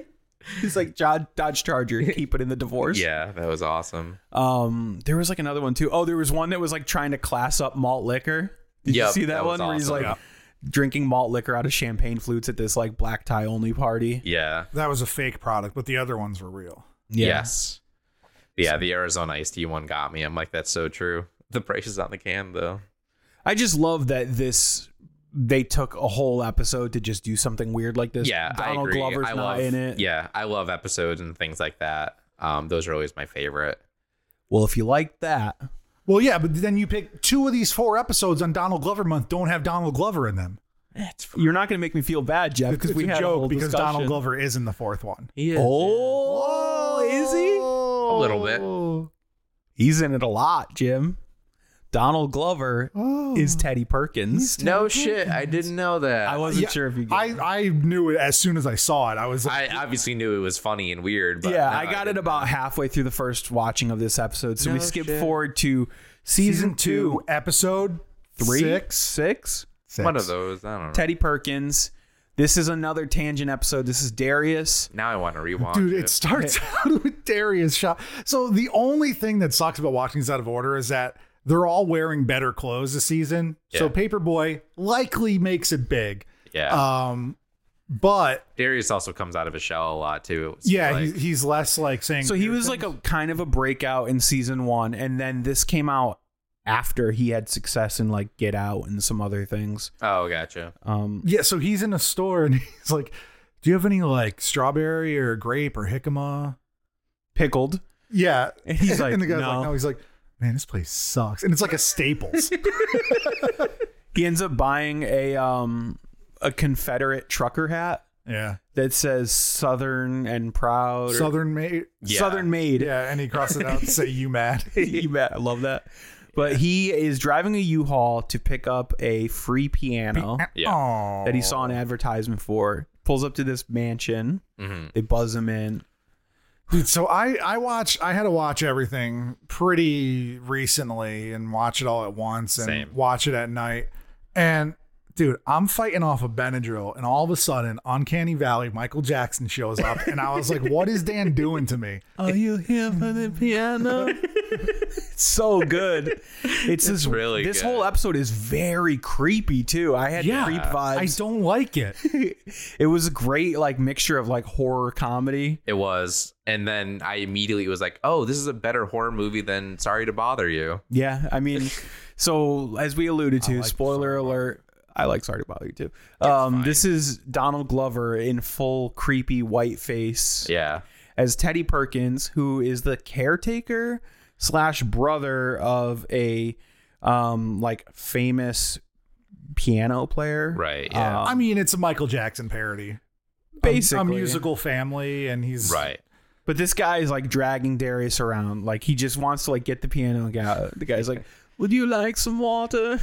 B: (laughs) He's like "Dod- Dodge Charger, keep it in the divorce.
D: Yeah, that was awesome.
B: Um, there was like another one too. Oh, there was one that was like trying to class up malt liquor. Did
D: Yep,
B: you see that,
D: that
B: one
D: was
B: where he's
D: awesome.
B: like
D: Yeah.
B: drinking malt liquor out of champagne flutes at this like black tie only party?
D: Yeah.
C: That was a fake product, but the other ones were real.
D: Yes. Yeah, the Arizona iced tea one got me. I'm like, that's so true. The price is on the can though.
B: I just love that this they took a whole episode to just do something weird like this.
D: Yeah,
B: Donald
D: I agree.
B: Glover's
D: I
B: not
D: love,
B: in it.
D: Yeah, I love episodes and things like that. Um, those are always my favorite.
B: Well, if you like that,
C: Well, yeah, but then you pick two of these four episodes on Donald Glover month don't have Donald Glover in them.
B: you're not going to make me feel bad, Jeff,
C: It's
B: because we
C: a
B: had a whole
C: joke because
B: discussion.
C: Donald Glover is in the fourth one.
B: Oh, is he?
D: A
C: Oh.
D: little bit.
B: Oh, He's in it a lot, Jim. Donald Glover
C: Oh.
B: is Teddy Perkins.
D: No shit, I didn't know that.
B: I
D: I,
B: wasn't sure if you.
C: I, I knew it as soon as I saw it. I was like,
D: obviously knew it was funny and weird, but
B: yeah,
D: no,
B: I got it
D: didn't.
B: about halfway through the first watching of this episode, so we
D: No
B: skipped
D: shit.
B: forward to season,
C: season two, episode
B: three,
C: six.
B: six.
C: Six.
D: one of those. I don't know.
B: Teddy Perkins. This is another tangent episode. This is Darius.
D: Now I want to rewatch.
C: Dude,
D: it.
C: it starts out (laughs) with Darius shot. So the only thing that sucks about watching this out of order is that they're all wearing better clothes this season.
D: Yeah.
C: So
B: uh,
C: Paperboy likely makes it big.
D: yeah.
C: Um,
F: But
D: Darius also comes out of his shell a lot too. So,
C: Yeah,
D: like,
C: he's, he's less like saying.
B: So he was like a kind of a breakout in season one, and then this came out after he had success in like Get Out and some other things.
D: oh, gotcha.
B: Um,
C: Yeah, so he's in a store and (laughs) he's like, "Do you have any like strawberry or grape or jicama?"
B: pickled.
C: Yeah, (laughs)
B: And he's like,
C: and the guy's
B: "No."
C: like, "No." He's like, "Man, this place sucks," and it's like a Staples.
B: He ends up buying a um a Confederate trucker hat
C: (laughs) yeah,
B: that says Southern and Proud. or-
C: Southern made.
D: Yeah.
B: Southern made.
C: Yeah, and he crosses it out to say, "You mad?"
B: (laughs) you bet. I love that. But he is driving a U-Haul to pick up a free piano
D: Yeah.
C: Aw.
B: that he saw an advertisement for. Pulls up to this mansion.
D: Mm-hmm.
B: They buzz him in.
C: Dude, so I I watch I had to watch everything pretty recently and watch it all at once and
D: Same.
C: watch it at night. And dude, I'm fighting off a Benadryl and all of a sudden Uncanny Valley Michael Jackson shows up and I was like, "What is Dan doing to me?"
B: Are you here for the (laughs) piano? so good. It's, this
D: really
B: This
D: good.
B: whole episode is very creepy too. I had
C: Yeah,
B: creep
C: I
B: vibes.
C: don't like it.
B: it was a great like mixture of like horror comedy.
D: It was, and then I immediately was like, "Oh, this is a better horror movie than Sorry to Bother You."
B: Yeah, I (laughs) mean, so as we alluded to, spoiler alert. I like Sorry to Bother You too. Um, this is Donald Glover in full creepy white face
D: Yeah,
B: as Teddy Perkins, who is the caretaker slash brother of a um like famous piano player.
D: Right, yeah.
B: Um,
C: I mean, it's a Michael Jackson parody.
B: basically
C: a musical family and he's
D: right.
B: But this guy is like dragging Darius around. Like he just wants to like get the piano guy. The guy's like, "Would you like
D: (laughs)
B: some water?"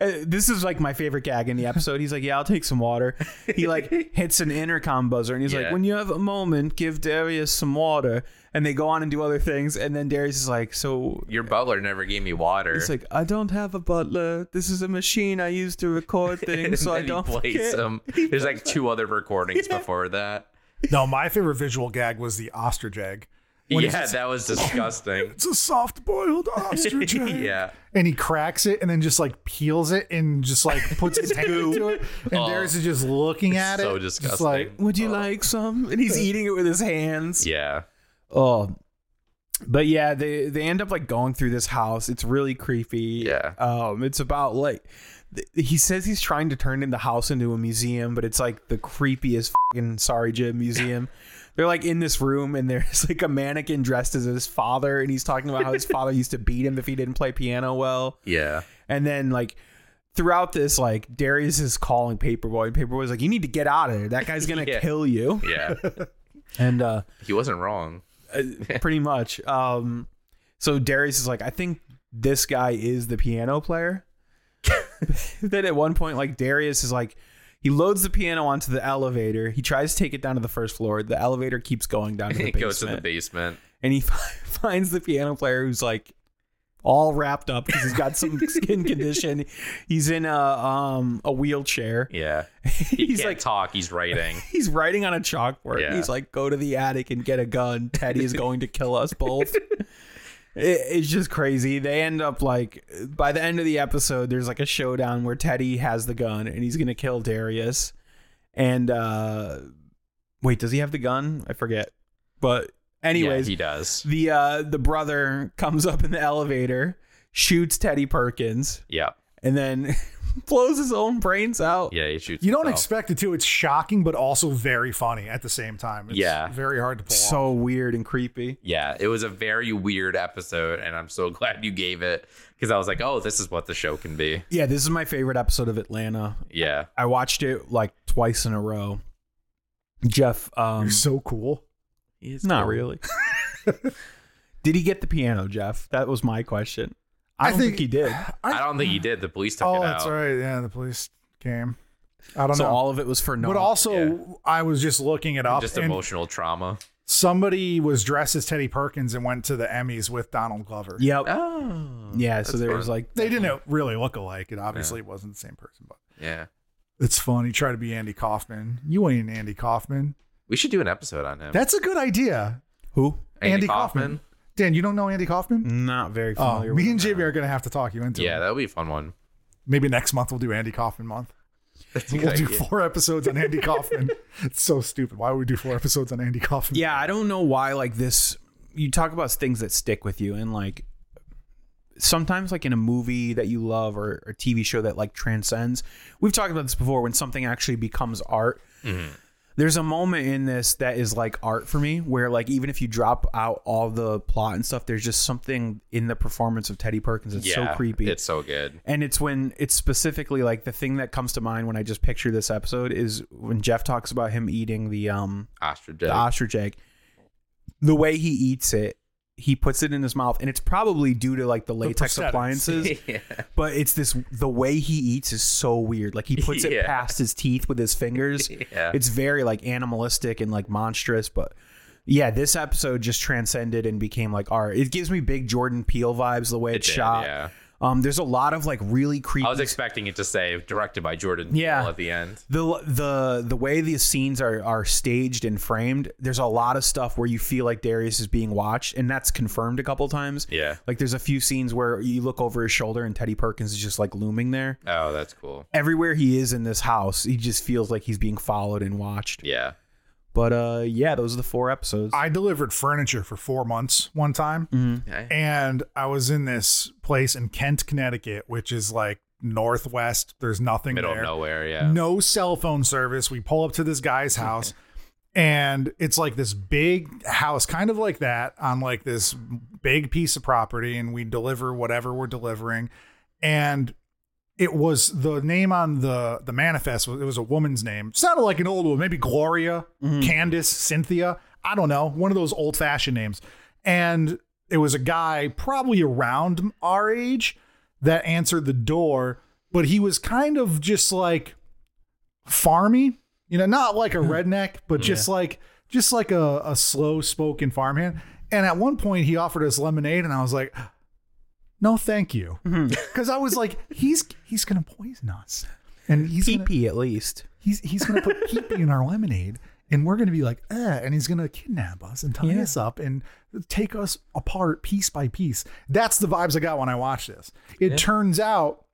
B: Uh, this is like my favorite gag in the episode. He's like, "Yeah, I'll take some water." He like hits an intercom buzzer and he's like,
D: Yeah.
B: "When you have a moment, give Darius some water." And they go on and do other things. And then Darius is like, "So."
D: Your butler never gave me water.
B: He's like, I don't have a butler. This is a machine I use to record
D: (laughs) and
B: things, so I
D: then
B: don't.
D: he plays
B: forget." (laughs)
D: him. There's like two other recordings before that.
C: No, my favorite visual gag was the ostrich egg. When he's
D: yeah,
C: just-
D: that
B: (laughs)
D: was disgusting.
C: It's a
D: (laughs)
C: soft boiled ostrich egg.
D: yeah,
C: and he cracks it and then just like peels it and just like
D: (laughs)
C: puts his hand into it and
D: Oh.
C: Darius is just looking at
D: so
C: it just
D: disgusting.
C: like
B: Would you like
D: (laughs)
B: some? And he's eating it with his hands.
D: Oh. yeah.
B: Oh, but yeah, they they end up like going through this house. It's really creepy.
D: Yeah.
B: Um, it's about like th- he says he's trying to turn in the house into a museum, but it's like the creepiest fucking sorry
D: (laughs)
B: Jim museum. They're like in this room, and there's like a mannequin dressed as his father, and he's talking about
D: (laughs)
B: how his father used to beat him if he didn't play piano well.
D: Yeah.
B: And then like throughout this, like Darius is calling Paperboy, and Paperboy's like, "You need to get out of there. That guy's gonna
D: (laughs) Yeah.
B: kill you."
D: Yeah. (laughs)
B: And uh,
D: He wasn't wrong.
B: pretty much. Um, so Darius is like, I think this guy is the piano player. (laughs) then at one point, like Darius is like, he loads the piano onto the elevator. He tries to take it down to the first floor. The elevator keeps going down
D: (laughs)
B: to the
D: He
B: basement,
D: goes to the basement.
B: and he (laughs) finds the piano player who's like all wrapped up because he's
D: (laughs)
B: got some skin condition. He's in a um a wheelchair.
D: (laughs) Yeah. He
B: He's
D: can't
B: like-
D: talk. He's writing.
B: He's writing on a chalkboard.
D: Yeah.
B: He's like, "Go to the attic and get a gun. Teddy is going to kill us
D: (laughs)
B: both." It- it's just crazy. They end up like by the end of the episode, there's like a showdown where Teddy has the gun and he's gonna kill Darius. And uh wait, does he have the gun? I forget. But anyways,
D: yeah, he does.
B: the uh the brother comes up in the elevator, shoots Teddy Perkins,
D: Yeah.
B: and then (laughs) blows his own brains out.
D: Yeah. He shoots.
C: you don't
D: himself.
C: expect it to it's shocking but also very funny at the same time it's
D: Yeah.
C: very hard to pull off.
B: So weird and creepy.
D: Yeah, it was a very weird episode, and I'm so (laughs) glad you gave it because I was like, oh, this is what the show can be.
B: Yeah, this is my favorite episode of Atlanta.
D: Yeah.
B: I watched it like twice in a row. Jeff, um,
C: You're so cool
B: (laughs) not really.
C: (laughs)
B: did he get the piano, Jeff? That was my question.
C: (sighs)
B: I,
C: I
B: don't think,
C: think-
B: he did.
D: I don't think he did. The police took
C: oh
D: it out.
C: that's right yeah the police came i don't
B: So
C: know
B: all of it was for no.
C: but also
D: Yeah.
C: i was just looking it up
D: Just
C: and
D: emotional trauma.
C: somebody was dressed as teddy perkins and went to the emmys with donald glover
B: yep,
D: Oh.
B: yeah. So
D: that's
B: there
D: fun.
B: was like
C: they didn't really look alike it obviously wasn't the same person but
D: Yeah.
C: it's funny try to be andy kaufman you ain't andy kaufman
D: We should do an episode on him.
C: That's a good idea.
B: who?
D: Andy,
C: Andy
D: Kaufman.
C: Kaufman. Dan, you don't know Andy Kaufman?
B: Not very
C: Oh,
B: familiar. with
C: me and
B: him.
C: JB are going to have to talk you into
D: Yeah,
C: it.
D: that would be a fun one.
C: Maybe next month we'll do Andy Kaufman month.
D: That's a
C: We'll
D: (laughs) good
C: do
D: idea.
C: four episodes on Andy
D: (laughs)
C: Kaufman. it's so stupid. Why would we do four episodes on Andy Kaufman?
B: Yeah, I don't know why like this you talk about things that stick with you and like sometimes like in a movie that you love or a TV show that like transcends. We've talked about this before when something actually becomes art.
D: Mm-hmm.
B: There's a moment in this that is like art for me where like even if you drop out all the plot and stuff there's just something in the performance of Teddy Perkins that's
D: Yeah,
B: so creepy.
D: It's so good.
B: And it's when it's specifically like the thing that comes to mind when I just picture this episode is when Jeff talks about him eating the um
D: Ostrich.
B: the
D: egg.
B: ostrich egg. The way he eats it, he puts it in his mouth, and it's probably due to like the latex
D: (laughs)
C: prosthetics.
B: appliances. But it's this the way he eats is so weird. Like he puts
D: (laughs)
B: it
D: Yeah.
B: past his teeth with his fingers.
D: (laughs) Yeah.
B: It's very like animalistic and like monstrous, but yeah, this episode just transcended and became like art. It gives me big Jordan Peele vibes the way it's
D: did,
B: shot.
D: yeah.
B: Um, there's a lot of like really creepy
D: I was expecting it to say directed by Jordan
B: Yeah.
D: Peele at the end.
B: the the the way these scenes are are staged and framed there's a lot of stuff where you feel like Darius is being watched and that's confirmed a couple times
D: Yeah.
B: like there's a few scenes where you look over his shoulder and Teddy Perkins is just like looming there
D: Oh, that's cool.
B: everywhere he is in this house he just feels like he's being followed and watched
D: Yeah.
B: but uh yeah those are the four episodes
C: I delivered furniture for four months one time.
D: Mm. Okay.
C: And I was in this place in Kent, Connecticut, which is like northwest. There's nothing
D: Middle
C: there.
D: of nowhere. Yeah.
C: No cell phone service. We pull up to this guy's house and it's like this big house kind of like that on like this big piece of property and we deliver whatever we're delivering and it was the name on the the manifest was it was a woman's name sounded like an old one maybe gloria candace cynthia i don't know one of those old fashioned names and it was a guy probably around our age that answered the door but he was kind of just like farmy you know not like a redneck but just like just like a, a slow spoken farmhand and at one point he offered us lemonade and i was like no thank you (laughs) because i was like he's he's gonna poison us and he's gonna,
B: PP at least
C: he's he's gonna put peepee in our lemonade and we're gonna be like eh, and he's gonna kidnap us and tie us up and take us apart piece by piece that's the vibes i got when i watched this it turns out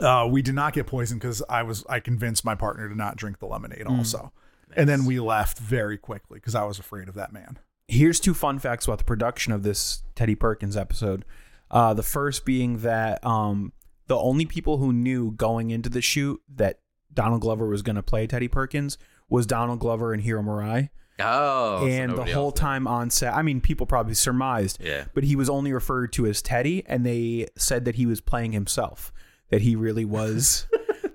C: uh, we did not get poisoned because i was i convinced my partner to not drink the lemonade also and then we left very quickly because i was afraid of that man
B: here's two fun facts about the production of this Teddy Perkins episode. Uh, the first being that um, the only people who knew going into the shoot that Donald Glover was going to play Teddy Perkins was Donald Glover and Hiro Murai.
D: Oh. so
B: and the
D: nobody
B: whole
D: else-
B: time on set, I mean, people probably surmised,
D: Yeah.
B: but he was only referred to as Teddy, and they said that he was playing himself, that he really
D: (laughs)
B: was.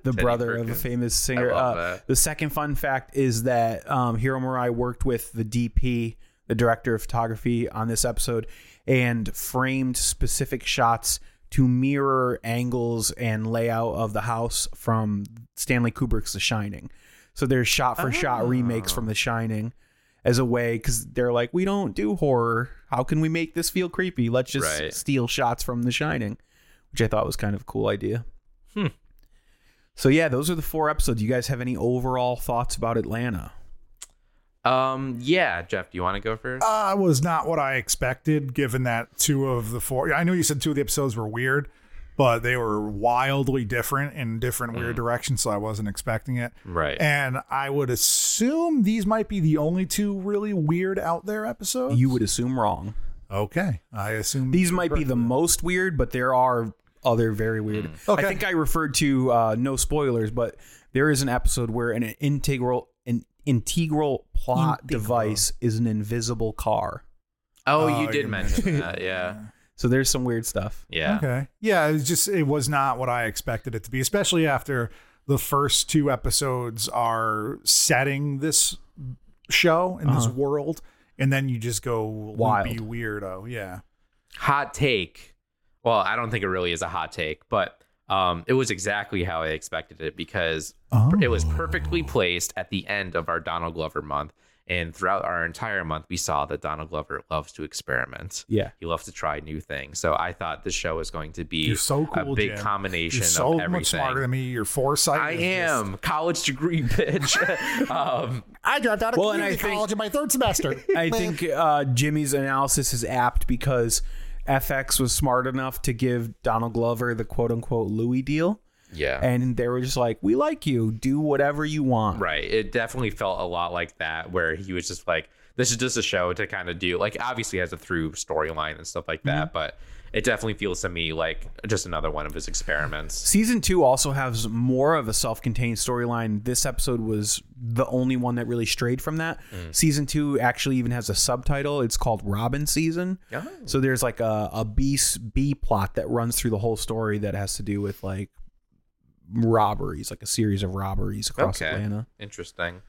B: The brother of a
D: Perkins.
B: famous singer.
D: love
B: Uh,
D: that.
B: the second fun fact is that um, Hiro Murai worked with the DP, the director of photography, on this episode, and framed specific shots to mirror angles and layout of the house from Stanley Kubrick's The Shining. So there's shot for shot remakes
D: Oh.
B: from The Shining as a way because they're like, we don't do horror. How can we make this feel creepy? Let's just
D: Right.
B: steal shots from The Shining, which I thought was kind of a cool idea. So yeah, those are the four episodes. You guys have any overall thoughts about Atlanta?
D: Um. Yeah. Jeff, do you want to go first?
C: uh, was not what i expected given that two of the four i know you said two of the episodes were weird but they were wildly different in different weird directions so i wasn't expecting it
D: right.
C: And I would assume these might be the only two really weird out there episodes.
B: You would assume wrong.
C: okay? I assume
B: These might be the most weird, but there are other very weird. I
C: Okay.
B: think I referred to uh, no spoilers, but there is an episode where an integral an integral plot device is an invisible car.
D: oh,
C: Oh,
D: you did
C: you (laughs)
D: mention that. Yeah.
B: So there's some weird stuff.
D: Yeah.
C: Okay. Yeah, it was just it was not what I expected it to be, especially after the first two episodes are setting this show in this world, and then you just go
B: Uh-huh. Wild.
C: loopy weirdo. Yeah.
D: Hot take. Well, I don't think it really is a hot take, but um, it was exactly how I expected it because it was perfectly
C: Oh.
D: placed at the end of our Donald Glover month. And throughout our entire month, we saw that Donald Glover loves to experiment.
B: Yeah.
D: He loves to try new things. So I thought this show was going to be
C: You're so cool,
D: a big
C: Jim.
D: combination
C: You're so
D: of everything.
C: much smarter than me. Your foresight.
D: I
C: is
D: am college degree (laughs) bitch. um,
C: I dropped out of
B: Well, and I community think- college
C: in my third semester.
B: (laughs) I think uh, Jimmy's analysis is apt because FX was smart enough to give Donald Glover the quote unquote Louis deal.
D: Yeah.
B: and they were just like, "We like you. Do whatever you want."
D: Right. It definitely felt a lot like that, where he was just like, this is just a show to kind of do. Like, obviously, has a through storyline and stuff like
B: Mm-hmm.
D: that, but it definitely feels to me like just another one of his experiments.
B: Season two also has more of a self-contained storyline. This episode was the only one that really strayed from that.
C: Mm.
B: Season two actually even has a subtitle. It's called Robin Season.
D: Oh.
B: So there's like a, a B s- B plot that runs through the whole story that has to do with like robberies, like a series of robberies across Atlanta.
D: Interesting.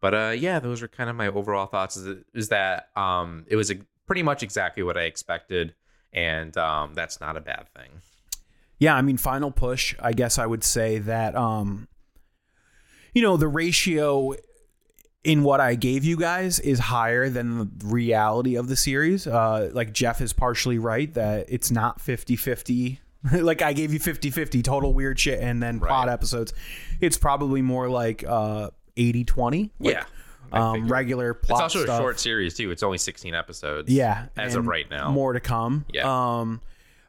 D: But uh, yeah, those were kind of my overall thoughts. Is, is that um, it was a, pretty much exactly what I expected, and um, that's not a bad thing.
B: yeah i mean final push i guess i would say that um you know the ratio in what i gave you guys is higher than the reality of the series uh like jeff is partially right that it's not 50-50 (laughs) like i gave you 50-50 total weird shit and then plot episodes it's probably more like uh 80-20 like,
D: yeah.
B: um regular plot
D: It's also
B: stuff.
D: a short series too. It's only 16 episodes.
B: Yeah.
D: As of
B: and
D: right now.
B: More to come.
D: Yeah.
B: Um,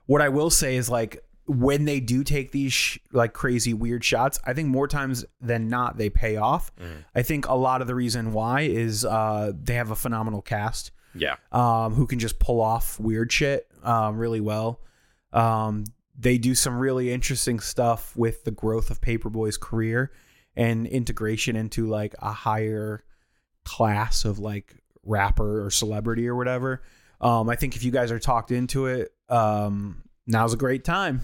B: what I will say is like when they do take these sh- like crazy weird shots, I think more times than not they pay off.
D: Mm.
B: I think a lot of the reason why is uh, they have a phenomenal cast
D: Yeah.
B: um, who can just pull off weird shit um, really well. Um, they do some really interesting stuff with the growth of Paperboy's career and integration into like a higher class of like rapper or celebrity or whatever. Um, I think if you guys are talked into it, um, now's a great time.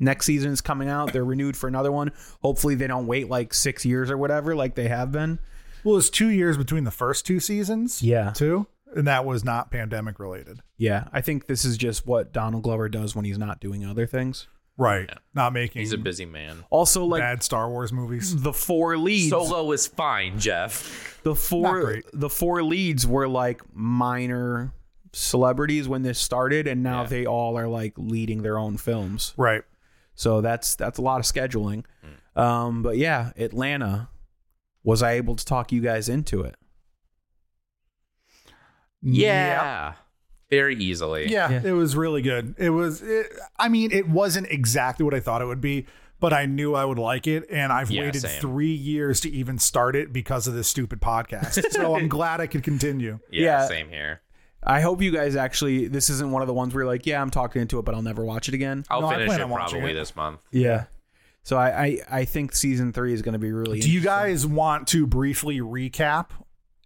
B: Next season is coming out. They're renewed for another one. Hopefully, they don't wait like six years or whatever, like they have been.
C: Well, it's two years between the first two seasons.
B: Yeah.
C: Two. And that was not pandemic related.
B: Yeah, I think this is just what Donald Glover does when he's not doing other things.
C: Right. Not making
D: He's a busy man.
B: Also, like
C: bad Star Wars movies.
B: the four leads,
D: Solo is fine, Jeff.
B: the
C: Not
B: four
C: great.
B: the four leads were like minor celebrities when this started, and now
D: Yeah.
B: they all are like leading their own films.
C: Right.
B: So that's that's a lot of scheduling. Um, but yeah, Atlanta. Was I able to talk you guys into it?
D: Yeah. Very easily.
C: Yeah, it was really good. It was. It, I mean, it wasn't exactly what I thought it would be, but I knew I would like it, and I've
D: Yeah,
C: waited
D: same.
C: three years to even start it because of this
D: (laughs)
C: stupid podcast. so I'm glad I could continue.
D: Yeah.
B: Yeah.
D: Same here.
B: I hope you guys actually. This isn't one of the ones where you're like, yeah, I'm talking into it, but I'll never watch it again.
D: I'll
C: No, I
D: finish
C: plan
D: it
C: on watching
D: probably
C: it.
D: this month.
B: Yeah. So I I, I think season three is going to be really.
C: Do you guys want to briefly recap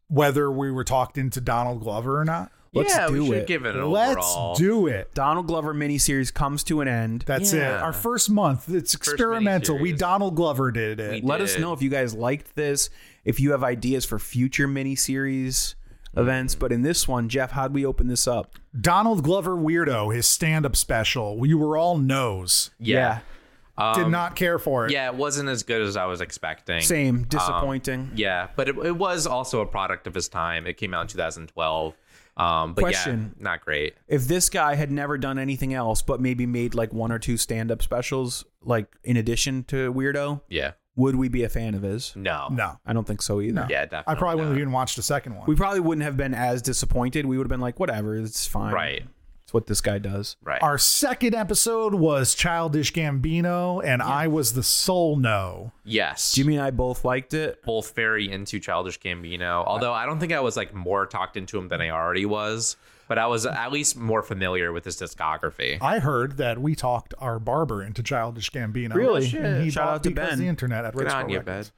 C: whether we were talked into Donald Glover or not?
B: Let's
D: yeah,
B: do
D: we should
B: it.
D: give it an
C: Let's
D: overall.
C: do it.
B: Donald Glover miniseries comes to an end.
C: That's
D: Yeah.
C: it. Our first month. It's experimental. We
D: miniseries.
C: Donald Glover did it.
D: We
B: Let us
D: did.
B: know if you guys liked this, if you have ideas for future miniseries events. But in this one, Jeff, how'd we open this up?
C: Donald Glover weirdo. His stand-up special. We were all no's.
D: Yeah.
C: Did not care for it.
D: Um, Yeah. It wasn't as good as I was expecting.
B: Same. Disappointing.
D: um, Yeah, but it, it was also a product of his time. It came out in 2012. Um, but
B: Question.
D: yeah, not great.
B: if this guy had never done anything else, but maybe made like one or two stand up specials, like in addition to Weirdo,
D: Yeah.
B: would we be a fan of his?
D: No.
C: No.
B: I don't think so either.
D: Yeah,
C: I
D: definitely.
C: probably wouldn't
D: not.
C: have even watched the second one.
B: We probably wouldn't have been as disappointed. We would have been like, whatever, it's fine.
D: Right.
B: It's what this guy does.
D: Right.
C: Our second episode was Childish Gambino, and I was the soul no.
D: yes.
B: Jimmy and I both liked it.
D: both very into Childish Gambino. Although I don't think I was like more talked into him than I already was, but I was at least more familiar with his discography.
C: I heard that we talked our barber into Childish Gambino.
B: Really?
C: And he
B: Shout
C: bought
B: out to
C: Because
B: Ben.
C: The internet at
D: Good
C: Red
D: on
C: Square
D: you,
C: Records.
D: bud.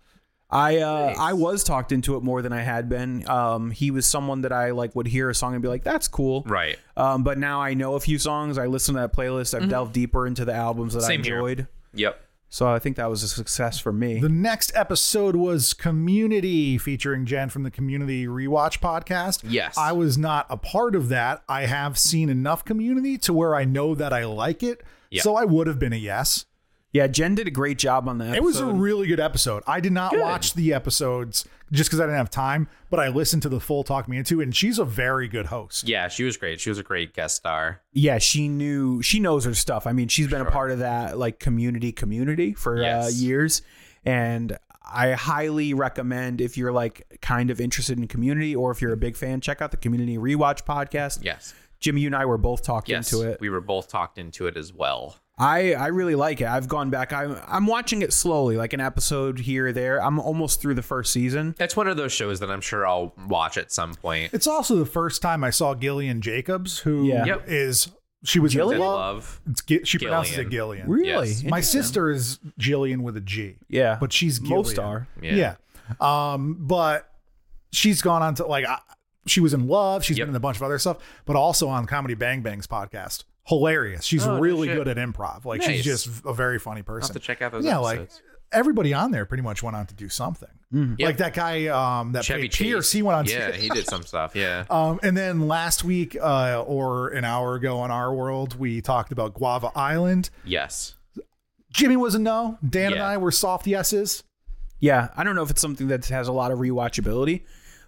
B: I uh, I was talked into it more than I had been. Um, he was someone that I like would hear a song and be like, "That's cool."
D: Right.
B: Um, but now I know a few songs. I listen to that playlist. I've delved deeper into the albums that
D: Mm-hmm. Same
B: I
D: here.
B: enjoyed.
D: Yep.
B: So I think that was a success for me.
C: The next episode was Community, featuring Jen from the Community Rewatch podcast.
D: Yes.
C: I was not a part of that. I have seen enough Community to where I know that I like it.
D: Yeah.
C: So I would have been a yes.
B: yeah, Jen did a great job on the episode.
C: It was a really good episode. I did not watch the episodes just because I didn't have time, but I listened to the full Talk Me Into, and she's a very good host.
D: Yeah, she was great. She was a great guest star.
B: yeah, she knew she knows her stuff. I mean, she's been a part of that like community community for uh,
D: Yes.
B: years, and I highly recommend if you're like kind of interested in community or if you're a big fan, check out the Community Rewatch podcast.
D: Yes.
B: Jimmy, you and I were both talked
D: Yes.
B: into it.
D: We were both talked into it as well.
B: I I really like it. I've gone back. I'm I'm watching it slowly, like an episode here or there. I'm almost through the first season.
D: That's one of those shows that I'm sure I'll watch at some point.
C: It's also the first time I saw Gillian Jacobs, who is
B: Yeah.
D: Yep.
C: she was
D: That
C: Gillian.
D: I love.
C: It's, Gi- she pronounces it
D: Gillian.
C: Gillian.
B: Really,
D: Yes.
C: My
B: Interesting.
C: sister is Gillian with a G.
B: Yeah,
C: but she's Gillian.
B: most are.
C: Yeah. Um, but she's gone on to like I, she was in Love. She's
D: Yep.
C: been in a bunch of other stuff, but also on Comedy Bang Bang's podcast. Hilarious. She's
D: Oh, no
C: really
D: shit.
C: good at improv. Like
D: Nice.
C: she's just a very funny
D: I'll have
C: person.
D: to check out those
C: yeah,
D: episodes.
C: like everybody on there pretty much went on to do something.
B: Mm-hmm.
D: Yep.
C: Like that guy um that
D: Chevy
C: played
D: Chase.
C: Pierce, he went on
D: Yeah,
C: to
D: he did some stuff.
C: (laughs)
D: Yeah.
C: um, and then last week, uh, or an hour ago on our world, we talked about Guava Island.
D: Yes.
C: Jimmy was a no. Dan and
D: Yeah.
C: I were soft yeses.
B: Yeah, I don't know if it's something that has a lot of rewatchability,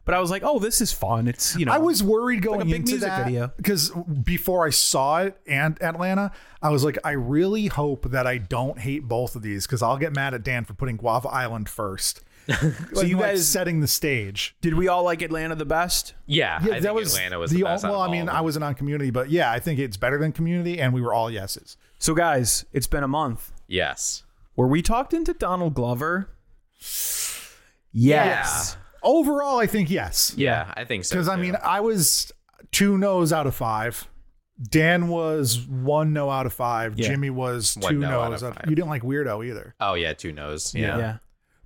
B: but I was like, oh, this is fun. It's you know,
C: I was worried
B: a
C: going
B: big
C: into
B: music
C: that
B: video.
C: because before I saw it and Atlanta, I was like, I really hope that I don't hate both of these because I'll get mad at Dan for putting Guava
D: (laughs)
C: Island first. so
B: you
C: you guys
B: guys-
C: setting the stage.
B: Did we all like Atlanta the best?
D: Yeah. I think
C: that was
D: Atlanta was the, best.
C: o-
D: out of
C: Well, I
D: all
C: mean,
D: of
C: I
D: them.
C: wasn't on Community, but yeah, I think it's better than Community, and we were all yeses.
B: So guys, it's been a month.
D: Yes.
B: Were we talked into Donald Glover? Yes.
C: Overall, I think yes.
D: Yeah, I think so.
C: Because I
D: too.
C: mean, I was two no's out of five. Dan was one no out of five.
B: Yeah.
C: Jimmy was
D: One
C: two
D: no out
C: no's
D: of
C: out
D: five.
C: You didn't like Weirdo either.
D: oh yeah, two knows.
B: Yeah.
D: Yeah.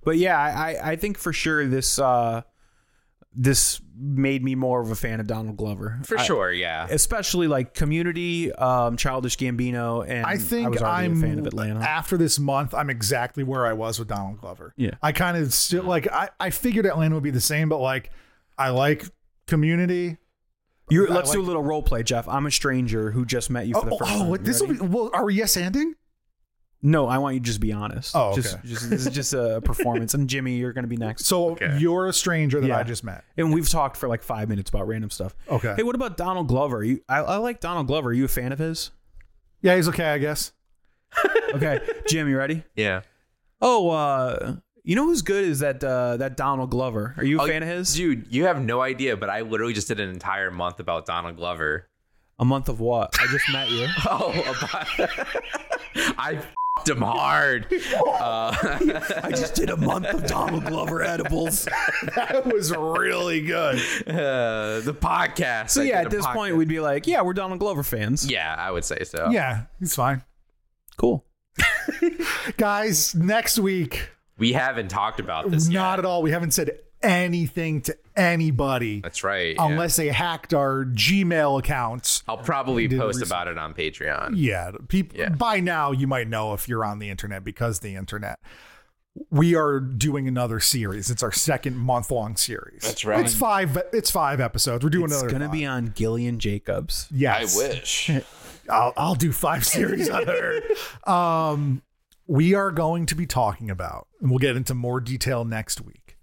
B: But yeah, I I- I think for sure this uh this made me more of a fan of Donald Glover.
D: For
B: I-
D: sure, yeah.
B: Especially like Community, um, Childish Gambino, and
C: I think
B: was
C: I
B: already
C: am
B: a fan of Atlanta.
C: after this month. I'm exactly where I was with Donald Glover.
B: Yeah.
C: I kind of still like. I I figured Atlanta would be the same, but like, I like Community.
B: You're,
C: I
B: let's do a
C: like-
B: little role play, Jeff. I'm a stranger who just met you for
C: Oh,
B: the
C: oh,
B: first
C: oh,
B: time. You
C: this will
B: ready?
C: be. Well, are we yes ending?
B: No, I want you to just be honest.
C: Oh, okay.
B: just, just this is
C: (laughs)
B: just a performance. And Jimmy, you're going to be next.
C: So
D: Okay.
C: you're a stranger that
B: Yeah.
C: I just met.
B: And we've talked for like five minutes about random stuff.
C: Okay.
B: Hey, what about Donald Glover? You, I, I like Donald Glover. Are you a fan of his?
C: Yeah, he's okay, I guess. (laughs)
B: Okay, Jim, you ready?
D: Yeah.
B: Oh, uh, you know who's good is that uh, that Donald Glover. Are you a
D: Oh,
B: fan of his?
D: Dude, you have no idea, but I literally just did an entire month about Donald Glover.
B: A month of what? I just met you.
D: (laughs) Oh, about (laughs) I f***ed him hard. Uh,
B: (laughs) I just did a month of Donald Glover edibles.
C: That was really good.
D: uh, the podcast.
B: So
D: I
B: yeah,
D: did
B: at
D: a
B: this point
D: podcast.
B: we'd be like, yeah, we're Donald Glover fans.
D: Yeah, I would say so.
C: Yeah, he's fine.
B: Cool.
C: Guys, next week,
D: We haven't talked about this yet.
C: not at all. We haven't said anything to anybody
D: That's right. yeah.
C: unless they hacked our Gmail accounts.
D: I'll probably
C: did
D: post
C: recent-
D: about it on Patreon.
C: Yeah, people
D: Yeah.
C: by now you might know if you're on the internet because the internet. We are doing another series. It's our second month long series.
D: That's right.
C: It's five it's five episodes. We're doing
B: It's
C: another
B: gonna
C: five.
B: be on Gillian Jacobs.
C: Yes.
D: wish.
C: I'll, I'll do five (laughs) series on her. Um, we are going to be talking about, and we'll get into more detail next week.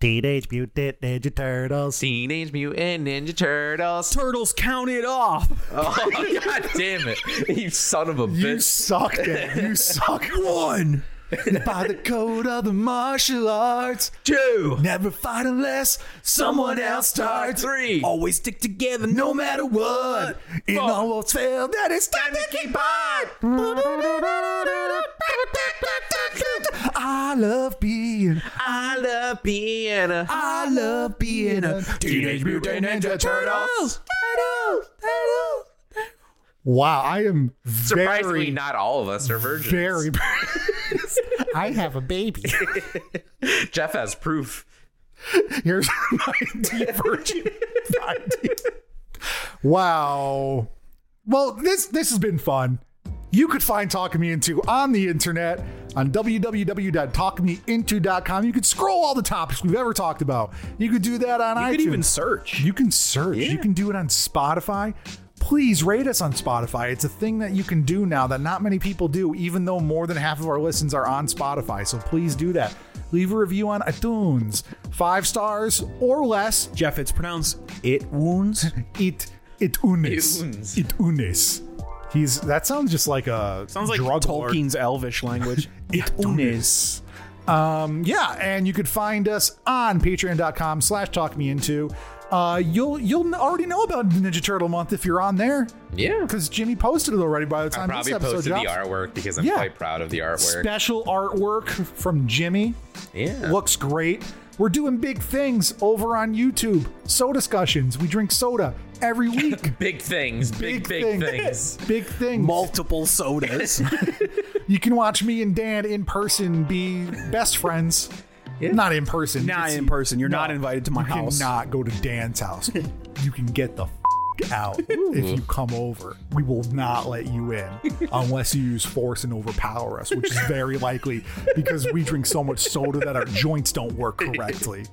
C: Teenage Mutant Ninja Turtles.
D: Teenage Mutant Ninja Turtles.
B: Turtles, count it off.
D: Oh, (laughs) god damn it. (laughs) You son of a
C: You
D: bitch.
C: suck, Dan. (laughs) You suck. One. By the code of the martial arts,
B: Two.
C: never fight unless someone else starts.
D: Three.
B: Always stick together,
C: No matter what, in all all's failed, that is time to keep on. I love being.
D: I love being a
C: I love being a Teenage Mutant Ninja Turtles. Wow, I am
D: Surprisingly,
C: very,
D: not all of us are virgins.
C: very. (laughs) I have a baby.
D: (laughs) Jeff has proof.
C: Here's (laughs) my virgin. wow. Well, this this has been fun. You could find Talk Me Into on the internet on www.talkmeinto.com. You could scroll all the topics we've ever talked about. You could do that on
B: You
C: iTunes.
B: could even search.
C: You can search. You can do it on Spotify. Please rate us on Spotify. It's a thing that you can do now that not many people do, even though more than half of our listens are on Spotify. So please do that. Leave a review on iTunes, five stars or less.
B: Jeff, it's pronounced it
C: (laughs)
B: wounds.
C: It it unes.
D: It unes.
C: It unes. He's that sounds just like a
B: Sounds like
C: drug lord.
B: Tolkien's Elvish
C: (laughs)
B: language.
C: It unes. Um, yeah, and you could find us on patreon.com slash talk me into. Uh, you'll you'll already know about Ninja Turtle Month if you're on there
D: Yeah.
C: because Jimmy posted it already by the
D: I
C: time this
D: probably
C: episode
D: posted the
C: drops.
D: artwork because I'm
C: Yeah.
D: quite proud of the artwork.
C: Special artwork from Jimmy.
D: yeah.
C: looks great. We're doing big things over on YouTube. Soda discussions. We drink soda
D: (laughs)
C: every week.
D: big things. Big, big, things.
C: big things.
B: Multiple
C: (laughs)
B: sodas.
C: you can watch me and Dan in person be best friends. Not in person.
B: Not
C: It's-
B: in person. You're not invited to my
C: you
B: house.
C: cannot go to Dan's
B: (laughs)
C: house. you can get the f- out if you come over. We will not let you
B: (laughs)
C: in unless you use force and overpower us, which is very likely because we drink so much soda that our joints don't work
B: (laughs)
C: correctly.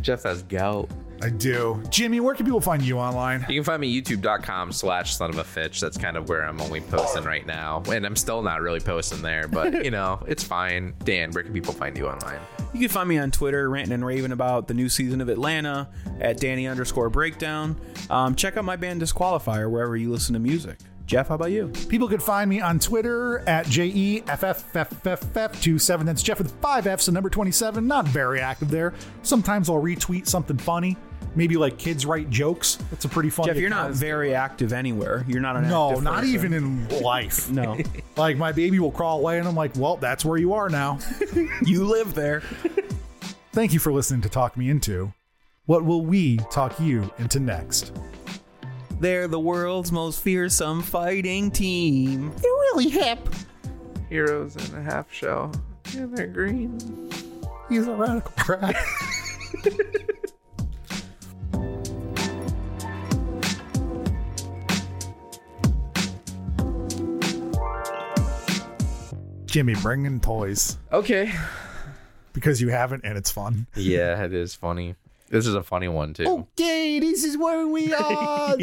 D: Jeff has gout.
E: I do.
C: Jimmy, where can people find you online?
D: You can find me youtube.com slash son of a fitch. That's kind of where I'm only posting right now. And I'm still not really posting there, but you know, it's fine. Dan, where can people find you online?
B: You can find me on Twitter ranting and raving about the new season of Atlanta at Danny underscore breakdown. Um, check out my band Disqualifier wherever you listen to music. Jeff, how about you?
C: People could find me on Twitter at E JEFFFFF27. That's Jeff with five F's and number 27. Not very active there. Sometimes I'll retweet something funny. Maybe like kids write jokes. That's a pretty funny.
B: Jeff, you're not
C: account.
B: very active anywhere. You're not an
C: No,
B: active
C: not
B: person.
C: even in life.
B: (laughs) No,
C: (laughs) Like my baby will crawl away and I'm like, well, that's where you are
B: (laughs)
C: now.
B: you
C: (laughs)
B: live there.
C: Thank you for listening to Talk Me Into. What will we talk you into next?
B: They're the world's most fearsome fighting team. They're really hip.
D: Heroes and a half shell. Yeah, they're green.
C: He's a radical
B: (laughs)
C: brat. Jimmy, bring in toys
D: Okay.
C: because you haven't, and it's fun.
D: Yeah, it is funny. This is a funny one too.
C: Okay, this is where
E: (laughs)
C: we are.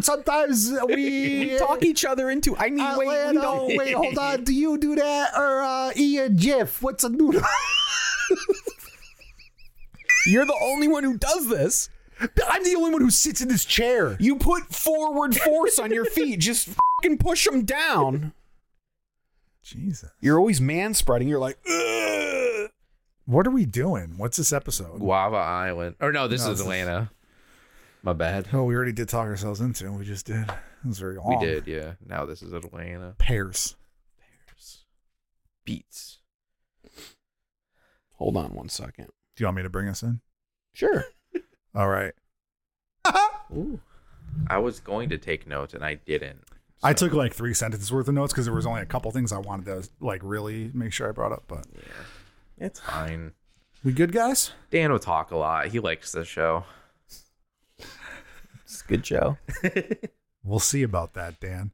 C: Sometimes we
B: Talk each other into. I mean, wait, we don't.
C: wait, hold on. Do you do that or uh, Ian Jeff? What's a noodle?
B: You're the only one who does this.
C: I'm the only one who sits in this chair.
B: You put forward force on your feet. Just fucking push them down.
E: Jesus.
B: You're always man spreading. You're like, Ugh.
E: What are we doing? What's this episode?
D: Guava Island. Or no, this is Atlanta. My bad.
E: Oh, we already did talk ourselves into. it. We just did. It was very
D: We
E: long.
D: did, yeah. Now this is Atlanta.
E: Pears.
D: Beats.
B: hold on one second.
E: Do you want me to bring us in?
B: Sure.
E: All right.
D: I was going to take notes and I didn't.
E: I took like three sentences worth of notes because there was only a couple things I wanted to like really make sure I brought up. But
D: It's fine.
E: we good, guys?
D: Dan will talk a lot. He likes the show.
B: It's a good show.
E: We'll see about that, Dan.